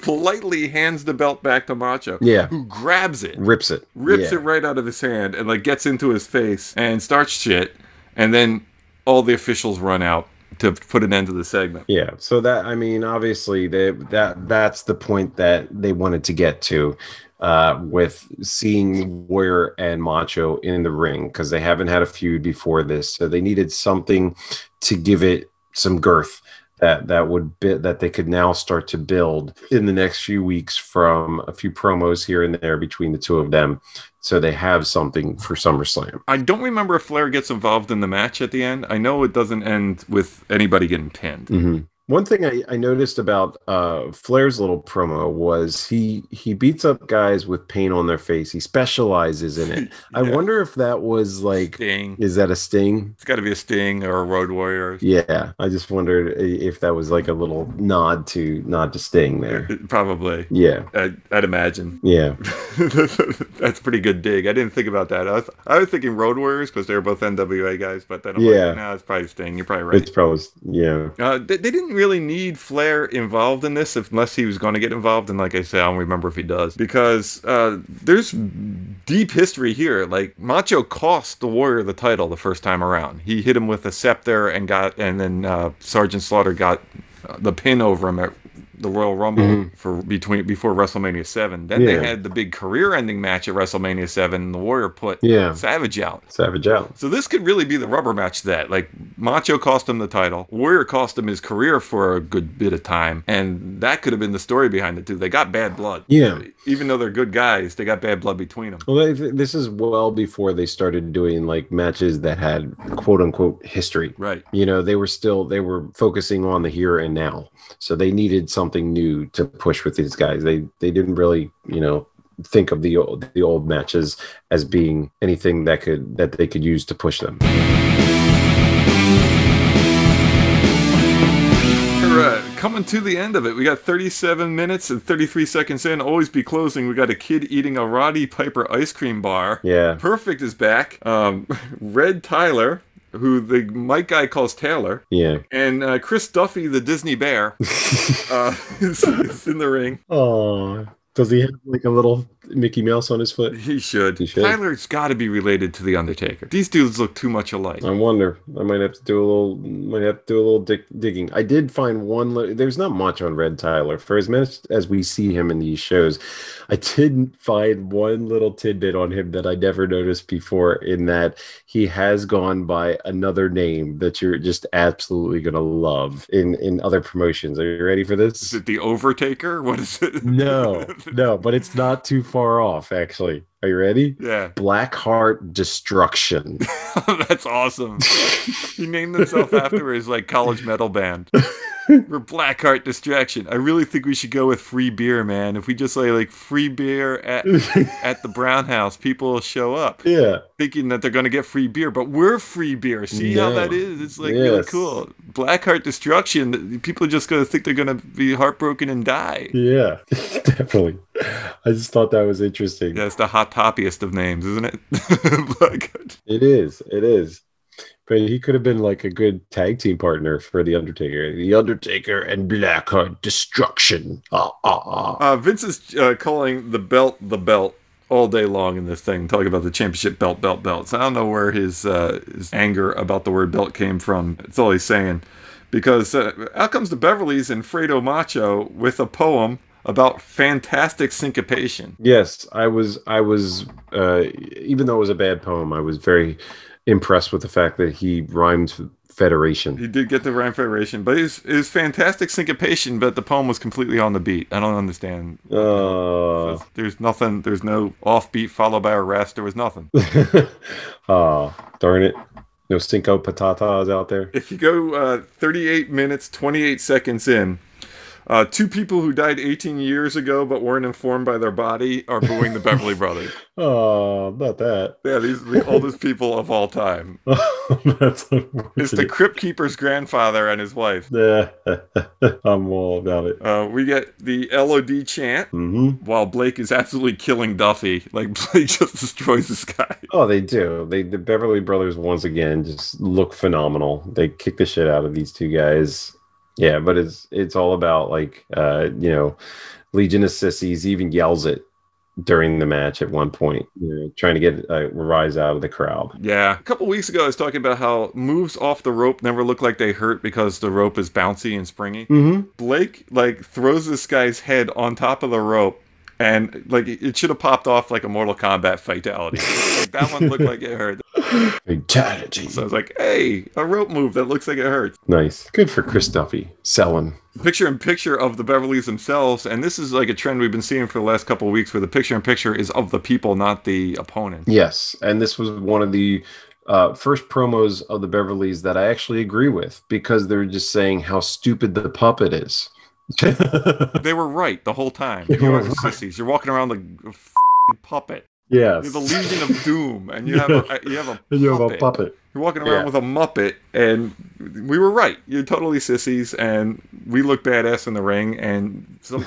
Speaker 1: politely hands the belt back to Macho.
Speaker 2: Yeah.
Speaker 1: Who grabs it,
Speaker 2: rips it,
Speaker 1: rips yeah. it right out of his hand, and like gets into his face and starts shit, and then all the officials run out to put an end to the segment.
Speaker 2: Yeah. So that I mean, obviously they, that that's the point that they wanted to get to uh, with seeing Warrior and Macho in the ring because they haven't had a feud before this, so they needed something to give it some girth that that would bit that they could now start to build in the next few weeks from a few promos here and there between the two of them so they have something for SummerSlam.
Speaker 1: I don't remember if Flair gets involved in the match at the end. I know it doesn't end with anybody getting pinned.
Speaker 2: Mm-hmm. One thing I, I noticed about uh, Flair's little promo was he he beats up guys with paint on their face. He specializes in it. yeah. I wonder if that was like
Speaker 1: sting.
Speaker 2: is that a sting?
Speaker 1: It's got to be a sting or a Road Warrior.
Speaker 2: Yeah, I just wondered if that was like a little nod to nod to Sting there.
Speaker 1: Probably.
Speaker 2: Yeah,
Speaker 1: I, would imagine.
Speaker 2: Yeah,
Speaker 1: that's pretty good dig. I didn't think about that. I was, I was thinking Road Warriors because they were both NWA guys, but then I'm yeah, like, no, it's probably Sting. You're probably right.
Speaker 2: It's probably yeah.
Speaker 1: Uh, they, they didn't really need Flair involved in this unless he was going to get involved. And like I said, I don't remember if he does because uh, there's deep history here. Like Macho cost the Warrior the title the first time around. He hit him with a scepter and got, and then uh, Sergeant Slaughter got uh, the pin over him at the Royal Rumble mm-hmm. for between before WrestleMania Seven. Then yeah. they had the big career-ending match at WrestleMania Seven, and the Warrior put
Speaker 2: yeah.
Speaker 1: Savage out.
Speaker 2: Savage out.
Speaker 1: So this could really be the rubber match that like Macho cost him the title, Warrior cost him his career for a good bit of time, and that could have been the story behind it too. They got bad blood.
Speaker 2: Yeah.
Speaker 1: Even though they're good guys, they got bad blood between them.
Speaker 2: Well, this is well before they started doing like matches that had quote unquote history.
Speaker 1: Right.
Speaker 2: You know, they were still they were focusing on the here and now, so they needed something new to push with these guys. They they didn't really, you know, think of the old the old matches as being anything that could that they could use to push them.
Speaker 1: We're, uh, coming to the end of it. We got 37 minutes and 33 seconds in. Always be closing. We got a kid eating a Roddy Piper ice cream bar.
Speaker 2: Yeah.
Speaker 1: Perfect is back. Um, Red Tyler, who the Mike guy calls Taylor,
Speaker 2: Yeah.
Speaker 1: and uh, Chris Duffy, the Disney bear, uh, is, is in the ring.
Speaker 2: Oh, does he have like a little Mickey Mouse on his foot?
Speaker 1: He should.
Speaker 2: He should.
Speaker 1: Tyler's got to be related to the Undertaker. These dudes look too much alike.
Speaker 2: I wonder. I might have to do a little. Might have to do a little dig- digging. I did find one. li- There's not much on Red Tyler for as much as we see him in these shows. I did find one little tidbit on him that I never noticed before. In that he has gone by another name that you're just absolutely gonna love in in other promotions. Are you ready for
Speaker 1: Is
Speaker 2: this?
Speaker 1: it the Overtaker? What is it?
Speaker 2: No, no, but it's not too far off actually. Are you ready?
Speaker 1: yeah,
Speaker 2: Blackheart Destruction.
Speaker 1: that's awesome. He named himself after his like college metal band. We're Blackheart Distraction. I really think we should go with free beer, man. If we just say like free beer at at the Brown House, people will show up
Speaker 2: yeah.
Speaker 1: thinking that they're gonna get free beer, but we're free beer. See how
Speaker 2: No.
Speaker 1: that is? It's like really
Speaker 2: Yes.
Speaker 1: cool. Blackheart Destruction. th- People are just gonna think they're gonna be heartbroken and die.
Speaker 2: Yeah, definitely. I just thought that was interesting.
Speaker 1: That's the hot toppiest of names, isn't it? Blackheart.
Speaker 2: It is. It is. But he could have been like a good tag team partner for The Undertaker. The Undertaker and Blackheart Destruction. Ah, ah, ah.
Speaker 1: Uh, Vince is uh, calling the belt the belt all day long in this thing, talking about the championship belt, belt, belts. I don't know where his uh, his anger about the word belt came from. It's all he's saying. Because uh, out comes the Beverleys and Fredo Macho with a poem about fantastic syncopation.
Speaker 2: Yes, I was. I was. Uh, even though it was a bad poem, I was very impressed with the fact that he rhymed federation.
Speaker 1: He did get the Rhyme Federation, but it was, it was fantastic syncopation, but the poem was completely on the beat. I don't understand.
Speaker 2: Uh,
Speaker 1: There's nothing, there's no offbeat followed by a rest. There was nothing.
Speaker 2: ah, darn it! No cinco patatas out there.
Speaker 1: If you go uh, 38 minutes, 28 seconds in, uh, two people who died 18 years ago but weren't informed by their body are booing the Beverly Brothers.
Speaker 2: Oh, not that.
Speaker 1: Yeah, these are the oldest people of all time. It's
Speaker 2: That's
Speaker 1: the
Speaker 2: unfortunate.
Speaker 1: Crypt Keeper's grandfather and his wife.
Speaker 2: Yeah. I'm all about it.
Speaker 1: Uh, we get the LOD chant
Speaker 2: hmm
Speaker 1: while Blake is absolutely killing Duffy. Like, Blake just destroys this guy.
Speaker 2: Oh, they do. They the Beverly Brothers once again just look phenomenal. They kick the shit out of these two guys. Yeah, but it's it's all about like uh, you know, Legion of Sissies even yells it during the match at one point, you know, trying to get a rise out of the crowd.
Speaker 1: Yeah. A couple weeks ago, I was talking about how moves off the rope never look like they hurt because the rope is bouncy and springy.
Speaker 2: Mm-hmm.
Speaker 1: Blake like throws this guy's head on top of the rope, and like it it should have popped off like a Mortal Kombat fatality. like, that one looked like it hurt.
Speaker 2: Fatality.
Speaker 1: So I was like, "Hey, a rope move that looks like it hurts."
Speaker 2: Nice. Good for Chris Duffy. Selling.
Speaker 1: Picture in picture of the Beverleys themselves, and this is like a trend we've been seeing for the last couple of weeks, where the picture in picture is of the people, not the opponent.
Speaker 2: Yes, and this was one of the uh, first promos of the Beverleys that I actually agree with because they're just saying how stupid the puppet is.
Speaker 1: They were right the whole time.
Speaker 2: They
Speaker 1: You
Speaker 2: were
Speaker 1: are the
Speaker 2: right.
Speaker 1: sissies. You're walking around the puppet.
Speaker 2: yes,
Speaker 1: You're the Legion of Doom, and you have a you have a
Speaker 2: You have a puppet.
Speaker 1: You're walking around
Speaker 2: Yeah.
Speaker 1: with a Muppet, and we were right. You're totally sissies, and we look badass in the ring, and some,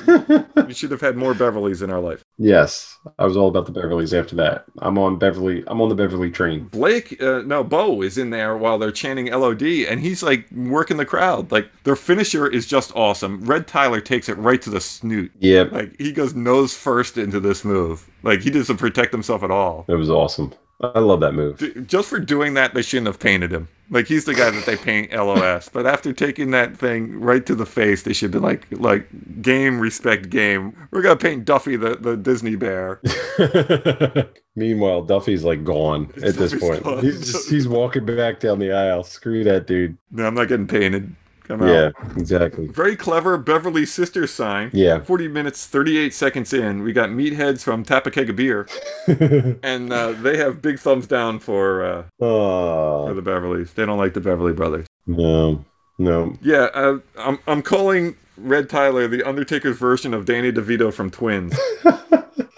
Speaker 1: we should have had more Beverlys in our life.
Speaker 2: yes, I was all about the Beverleys after that. I'm on Beverly. I'm on the Beverly train.
Speaker 1: Blake, uh, no, Bo is in there while they're chanting LOD, and he's like working the crowd. Like, their finisher is just awesome. Red Tyler takes it right to the snoot.
Speaker 2: Yep,
Speaker 1: Like, he goes nose first into this move. Like, he doesn't protect himself at all.
Speaker 2: it was awesome. I love that move.
Speaker 1: D- just for doing that, they shouldn't have painted him. Like he's the guy that they paint LOS. But after taking that thing right to the face, they should be like, like game respect game. We're gonna paint Duffy the, the Disney bear.
Speaker 2: Meanwhile, Duffy's like gone at this
Speaker 1: Duffy's
Speaker 2: point.
Speaker 1: gone.
Speaker 2: He's just he's walking back down the aisle. Screw that dude.
Speaker 1: No, I'm not getting painted. Come out.
Speaker 2: Yeah, exactly.
Speaker 1: Very clever Beverly sister sign.
Speaker 2: Yeah.
Speaker 1: 40 minutes, 38 seconds in, we got meatheads from Tapakega Beer, and uh, they have big thumbs down for uh, for
Speaker 2: Oh,
Speaker 1: the Beverleys. They don't like the Beverly Brothers.
Speaker 2: no, no.
Speaker 1: Yeah, uh, I'm I'm calling Red Tyler the Undertaker's version of Danny DeVito from Twins.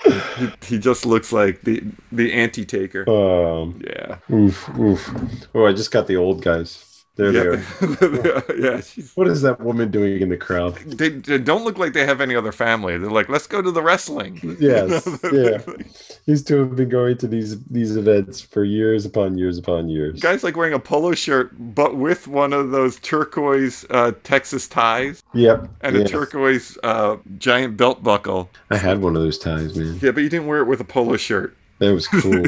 Speaker 1: He, he just looks like the the anti taker.
Speaker 2: Um,
Speaker 1: Yeah.
Speaker 2: oof, oof. Oh, I just got the old guys. There they
Speaker 1: Yeah.
Speaker 2: are.
Speaker 1: yeah. she's-
Speaker 2: What is that woman doing in the crowd?
Speaker 1: They, they don't look like they have any other family. They're like, let's go to the wrestling.
Speaker 2: Yes, yeah. These two have been going to these these events for years upon years upon years.
Speaker 1: Guy's like wearing a polo shirt, but with one of those turquoise uh, Texas ties
Speaker 2: Yep.
Speaker 1: and a
Speaker 2: yes.
Speaker 1: turquoise uh, giant belt buckle.
Speaker 2: I had one of those ties, man.
Speaker 1: Yeah, but you didn't wear it with a polo shirt.
Speaker 2: That was cool.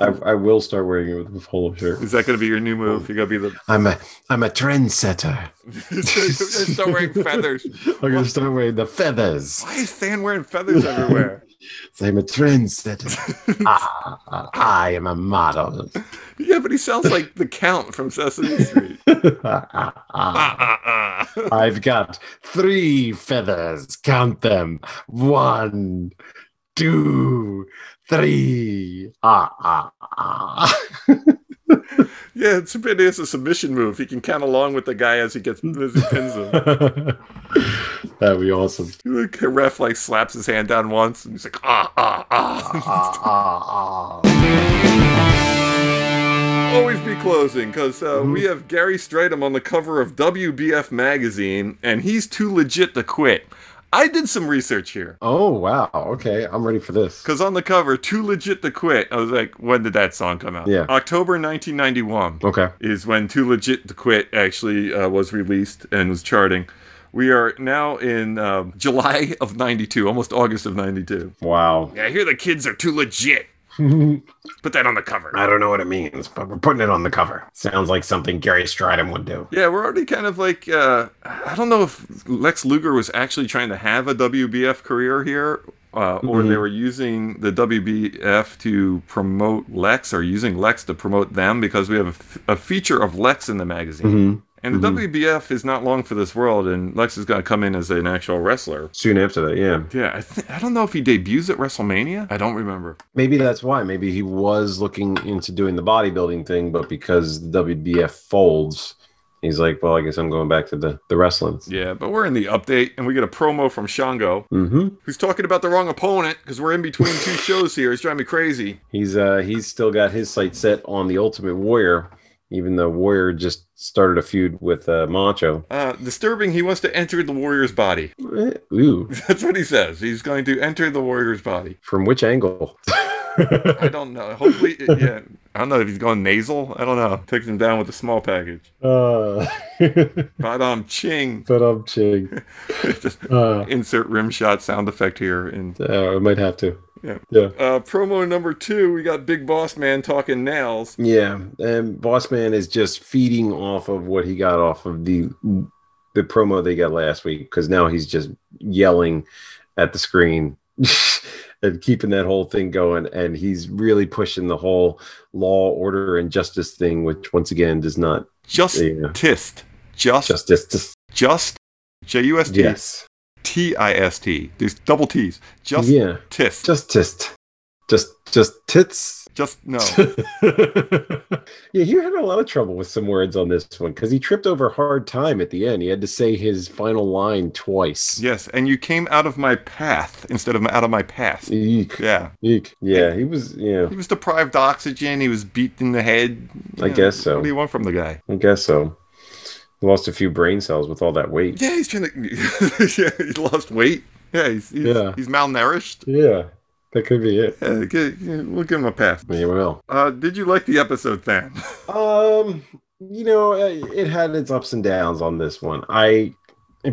Speaker 2: I, I will start wearing it with a polo shirt.
Speaker 1: Is that going to be your new
Speaker 2: Oh.
Speaker 1: move? You're going to be the.
Speaker 2: I'm a I'm a trendsetter.
Speaker 1: Start wearing feathers.
Speaker 2: I'm gonna start wearing the feathers.
Speaker 1: Why is Stan wearing feathers everywhere?
Speaker 2: I'm a trendsetter. ah, I am a model.
Speaker 1: Yeah, but he sounds like the Count from Sesame Street. Ah, ah, ah.
Speaker 2: I've got three feathers. Count them. One, two, three. Ah, ah, ah.
Speaker 1: Yeah, it's a bit it's a submission move. He can count along with the guy as he gets as he pins him.
Speaker 2: ah. That'd be awesome.
Speaker 1: Look, a ref like slaps his hand down once, and he's like ah ah ah.
Speaker 2: Ah, ah, ah.
Speaker 1: Always be closing because uh, we have Gary Stratum on the cover of WBF magazine, and he's too legit to quit. I did some research here
Speaker 2: Oh, wow. Okay. I'm ready for this.
Speaker 1: because on the cover, too legit to quit. I was like, when did that song come out?
Speaker 2: Yeah.
Speaker 1: October 1991.
Speaker 2: Okay.
Speaker 1: is when Too Legit to Quit actually uh, was released and was charting. We are now in um, July of 92, almost August of 92.
Speaker 2: Wow.
Speaker 1: Yeah, I hear the kids are too legit.
Speaker 2: I
Speaker 1: Put that on the cover.
Speaker 2: don't know what it means, but we're putting it on the cover. Sounds like something Gary Stridham would do.
Speaker 1: Yeah, we're already kind of like, uh, I don't know if Lex Luger was actually trying to have a WBF career here. Uh, or
Speaker 2: Mhm.
Speaker 1: they were using the WBF to promote Lex, or using Lex to promote them, because we have a, f- a feature of Lex in the magazine.
Speaker 2: Mm-hmm.
Speaker 1: And the
Speaker 2: Mhm.
Speaker 1: WBF is not long for this world, and Lex is going to come in as an actual wrestler.
Speaker 2: Soon after that, yeah.
Speaker 1: Yeah, I, th- I don't know if he debuts at WrestleMania. I don't remember.
Speaker 2: Maybe that's why. Maybe he was looking into doing the bodybuilding thing, but because the WBF folds, he's like, well, I guess I'm going back to the, the wrestling.
Speaker 1: Yeah, but we're in the update, and we get a promo from Shango,
Speaker 2: Mm-hmm.
Speaker 1: who's talking about the wrong opponent because we're in between two shows here. It's driving me crazy.
Speaker 2: He's uh he's still got his sights set on the Ultimate Warrior, even though Warrior just started a feud with uh, Macho.
Speaker 1: Uh, disturbing, he wants to enter the Warrior's body.
Speaker 2: Eh, Ooh,
Speaker 1: That's what he says. He's going to enter the Warrior's body.
Speaker 2: from which angle?
Speaker 1: I don't know. Hopefully, yeah. I don't know if he's going nasal. I don't know. Takes him down with a small package.
Speaker 2: uh,
Speaker 1: But um, ching.
Speaker 2: but I'm ching.
Speaker 1: Just
Speaker 2: Uh,
Speaker 1: insert rim shot sound effect here and
Speaker 2: uh, I might have to.
Speaker 1: Yeah.
Speaker 2: Yeah.
Speaker 1: Uh, promo number two, we got Big Boss Man talking nails.
Speaker 2: Yeah, and Boss Man is just feeding off of what he got off of the the promo they got last week because now he's just yelling at the screen and keeping that whole thing going, and he's really pushing the whole law, order, and justice thing, which onse again does not
Speaker 1: Just
Speaker 2: yeah,
Speaker 1: tist. Just just
Speaker 2: justice. Just,
Speaker 1: just J U S T
Speaker 2: yes,
Speaker 1: T I S T. There's double T's. Just
Speaker 2: yeah,
Speaker 1: tist.
Speaker 2: justice. Just, just tits.
Speaker 1: Just no.
Speaker 2: yeah, you had a lot of trouble with some words on this one because he tripped over hard time at the end. He had to say his final line twice.
Speaker 1: yes, and you came out of my path instead of out of my past.
Speaker 2: Eek,
Speaker 1: Yeah.
Speaker 2: eek. Yeah, he was. Yeah,
Speaker 1: He was deprived oxygen. He was beat in the head.
Speaker 2: I guess so.
Speaker 1: What do you want from the guy?
Speaker 2: I guess so. He lost a few brain cells with all that weight.
Speaker 1: Yeah, he's trying to. yeah, he lost weight. Yeah, he's he's,
Speaker 2: Yeah.
Speaker 1: he's malnourished.
Speaker 2: Yeah, that could be it.
Speaker 1: Yeah, g- yeah, we'll give him a pass.
Speaker 2: Yeah, well,
Speaker 1: Uh, did you like the episode, Than?
Speaker 2: um, you know, it it had its ups and downs on this one. I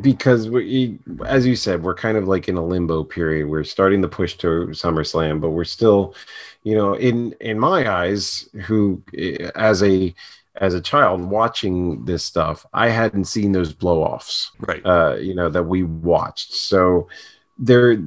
Speaker 2: because we, as you said, we're kind of like in a limbo period. We're starting the push to SummerSlam, but we're still, you know, in in my eyes, who eh, as a as a child watching this stuff, I hadn't seen those blow offs.
Speaker 1: Right.
Speaker 2: uh, you know that we watched so there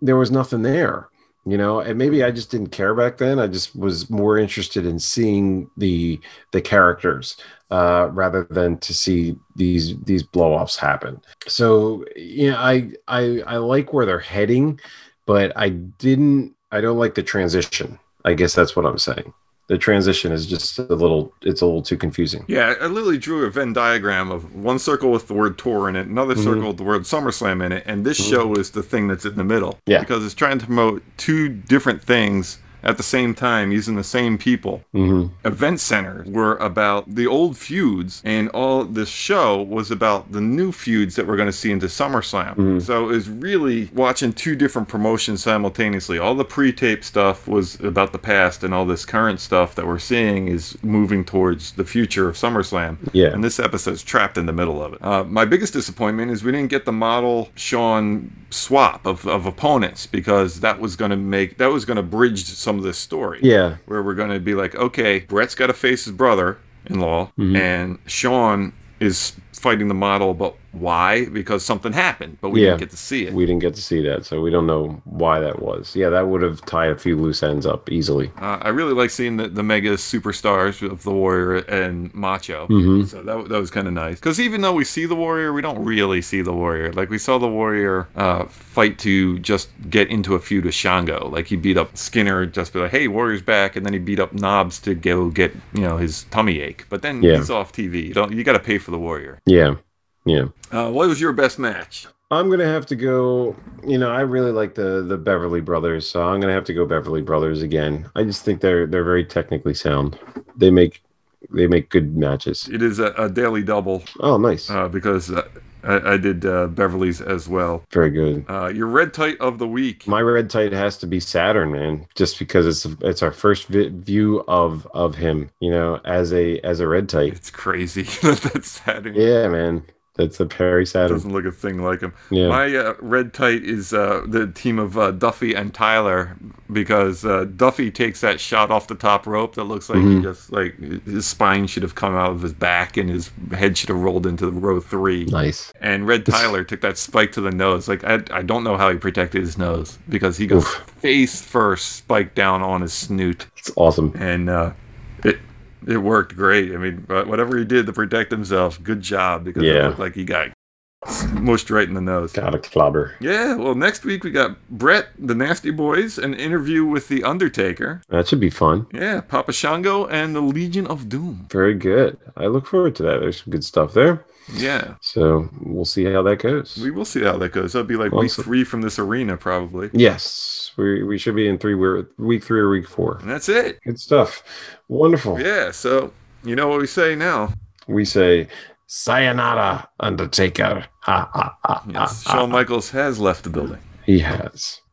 Speaker 2: there was nothing there you know and maybe i just didn't care back then i just was more interested in seeing the the characters uh, rather than to see these these blow-offs happen so you know i i i like where they're heading but i didn't i don't like the transition i guess that's what i'm saying the transition is just a little it's a little too confusing.
Speaker 1: Yeah, I literally drew a Venn diagram of one circle with the word tour in it, another
Speaker 2: Mhm.
Speaker 1: circle with the word SummerSlam in it, and this
Speaker 2: Mhm.
Speaker 1: show is the thing that's in the middle.
Speaker 2: Yeah.
Speaker 1: Because it's trying to promote two different things at the same time using the same people.
Speaker 2: hmm
Speaker 1: Event centers were about the old feuds, and all this show was about the new feuds that we're going to see into SummerSlam.
Speaker 2: Mhm.
Speaker 1: So it was really watching two different promotions simultaneously. All the pre tape stuff was about the past, and all this current stuff that we're seeing is moving towards the future of SummerSlam.
Speaker 2: Yeah.
Speaker 1: And this episode's trapped in the middle of it. Uh, my biggest disappointment is we didn't get the model Sean swap of, of opponents because that was going to make that was going to bridge some of this story
Speaker 2: Yeah.
Speaker 1: where we're going to be like, okay, Brett's got to face his brother in law,
Speaker 2: Mhm.
Speaker 1: and Sean is fighting the model, but why? Because something happened, but we
Speaker 2: Yeah.
Speaker 1: didn't get to see it.
Speaker 2: We didn't get to see that, so we don't know why that was. Yeah, that would have tied a few loose ends up easily.
Speaker 1: Uh, I really like seeing the, the mega superstars of the Warrior and Macho.
Speaker 2: Mhm.
Speaker 1: So that, that was kind of nice. Because even though we see the Warrior, we don't really see the Warrior. Like, we saw the Warrior uh, fight to just get into a feud with Shango. Like, he beat up Skinner, just be like, hey, Warrior's back. And then he beat up Knobs to go get, you know, his tummy ache. But then
Speaker 2: Yeah.
Speaker 1: he's off TV. You, don't- you got to pay for the Warrior.
Speaker 2: Yeah. Yeah.
Speaker 1: Uh, what was your best match?
Speaker 2: I'm gonna have to go. You know, I really like the the Beverly Brothers, so I'm gonna have to go Beverly Brothers again. I just think they're they're very technically sound. They make they make good matches.
Speaker 1: It is a, a daily double
Speaker 2: Oh, nice,
Speaker 1: uh, because uh, I, I did uh, Beverly's as well.
Speaker 2: very good.
Speaker 1: Uh, your red tight of the week.
Speaker 2: My red tide has to be Saturn, man, just because it's it's our first vi- view of of him. You know, as a as a red tide.
Speaker 1: It's crazy that that's Saturn.
Speaker 2: Yeah, man, that's a Perry Saturn.
Speaker 1: Doesn't look a thing like him.
Speaker 2: Yeah.
Speaker 1: My uh, red tight is uh, the team of uh, Duffy and Tyler because uh, Duffy takes that shot off the top rope that looks like he
Speaker 2: Mhm.
Speaker 1: just like his spine should have come out of his back and his head should have rolled into row three.
Speaker 2: Nice.
Speaker 1: And Red Tyler took that spike to the nose. Like I, I don't know how he protected his nose because he goes face first, spike down on his snoot,
Speaker 2: It's awesome.
Speaker 1: and uh, it it worked great. I mean, wha- whatever he did to protect himself, good job because it
Speaker 2: Yeah.
Speaker 1: looked like he got smushed right in the nose.
Speaker 2: Got a clobber.
Speaker 1: Yeah, well, next week we got Brett, the Nasty Boys, an interview with the Undertaker.
Speaker 2: That should be fun.
Speaker 1: Yeah, Papa Shango and the Legion of Doom.
Speaker 2: Very good. I look forward to that. There's some good stuff there.
Speaker 1: Yeah,
Speaker 2: So we'll see how that goes.
Speaker 1: we will see how that goes. That'll be like week
Speaker 2: Awesome.
Speaker 1: three from this arena, probably.
Speaker 2: yes, we, we should be in three we're week three or week four.
Speaker 1: And that's it.
Speaker 2: Good stuff. Wonderful.
Speaker 1: Yeah, so you know what we say now.
Speaker 2: We say sayonara, Undertaker. Ha ha ha. ha,
Speaker 1: Yes,
Speaker 2: ha. ah,
Speaker 1: Shawn Michaels has left the building.
Speaker 2: He has.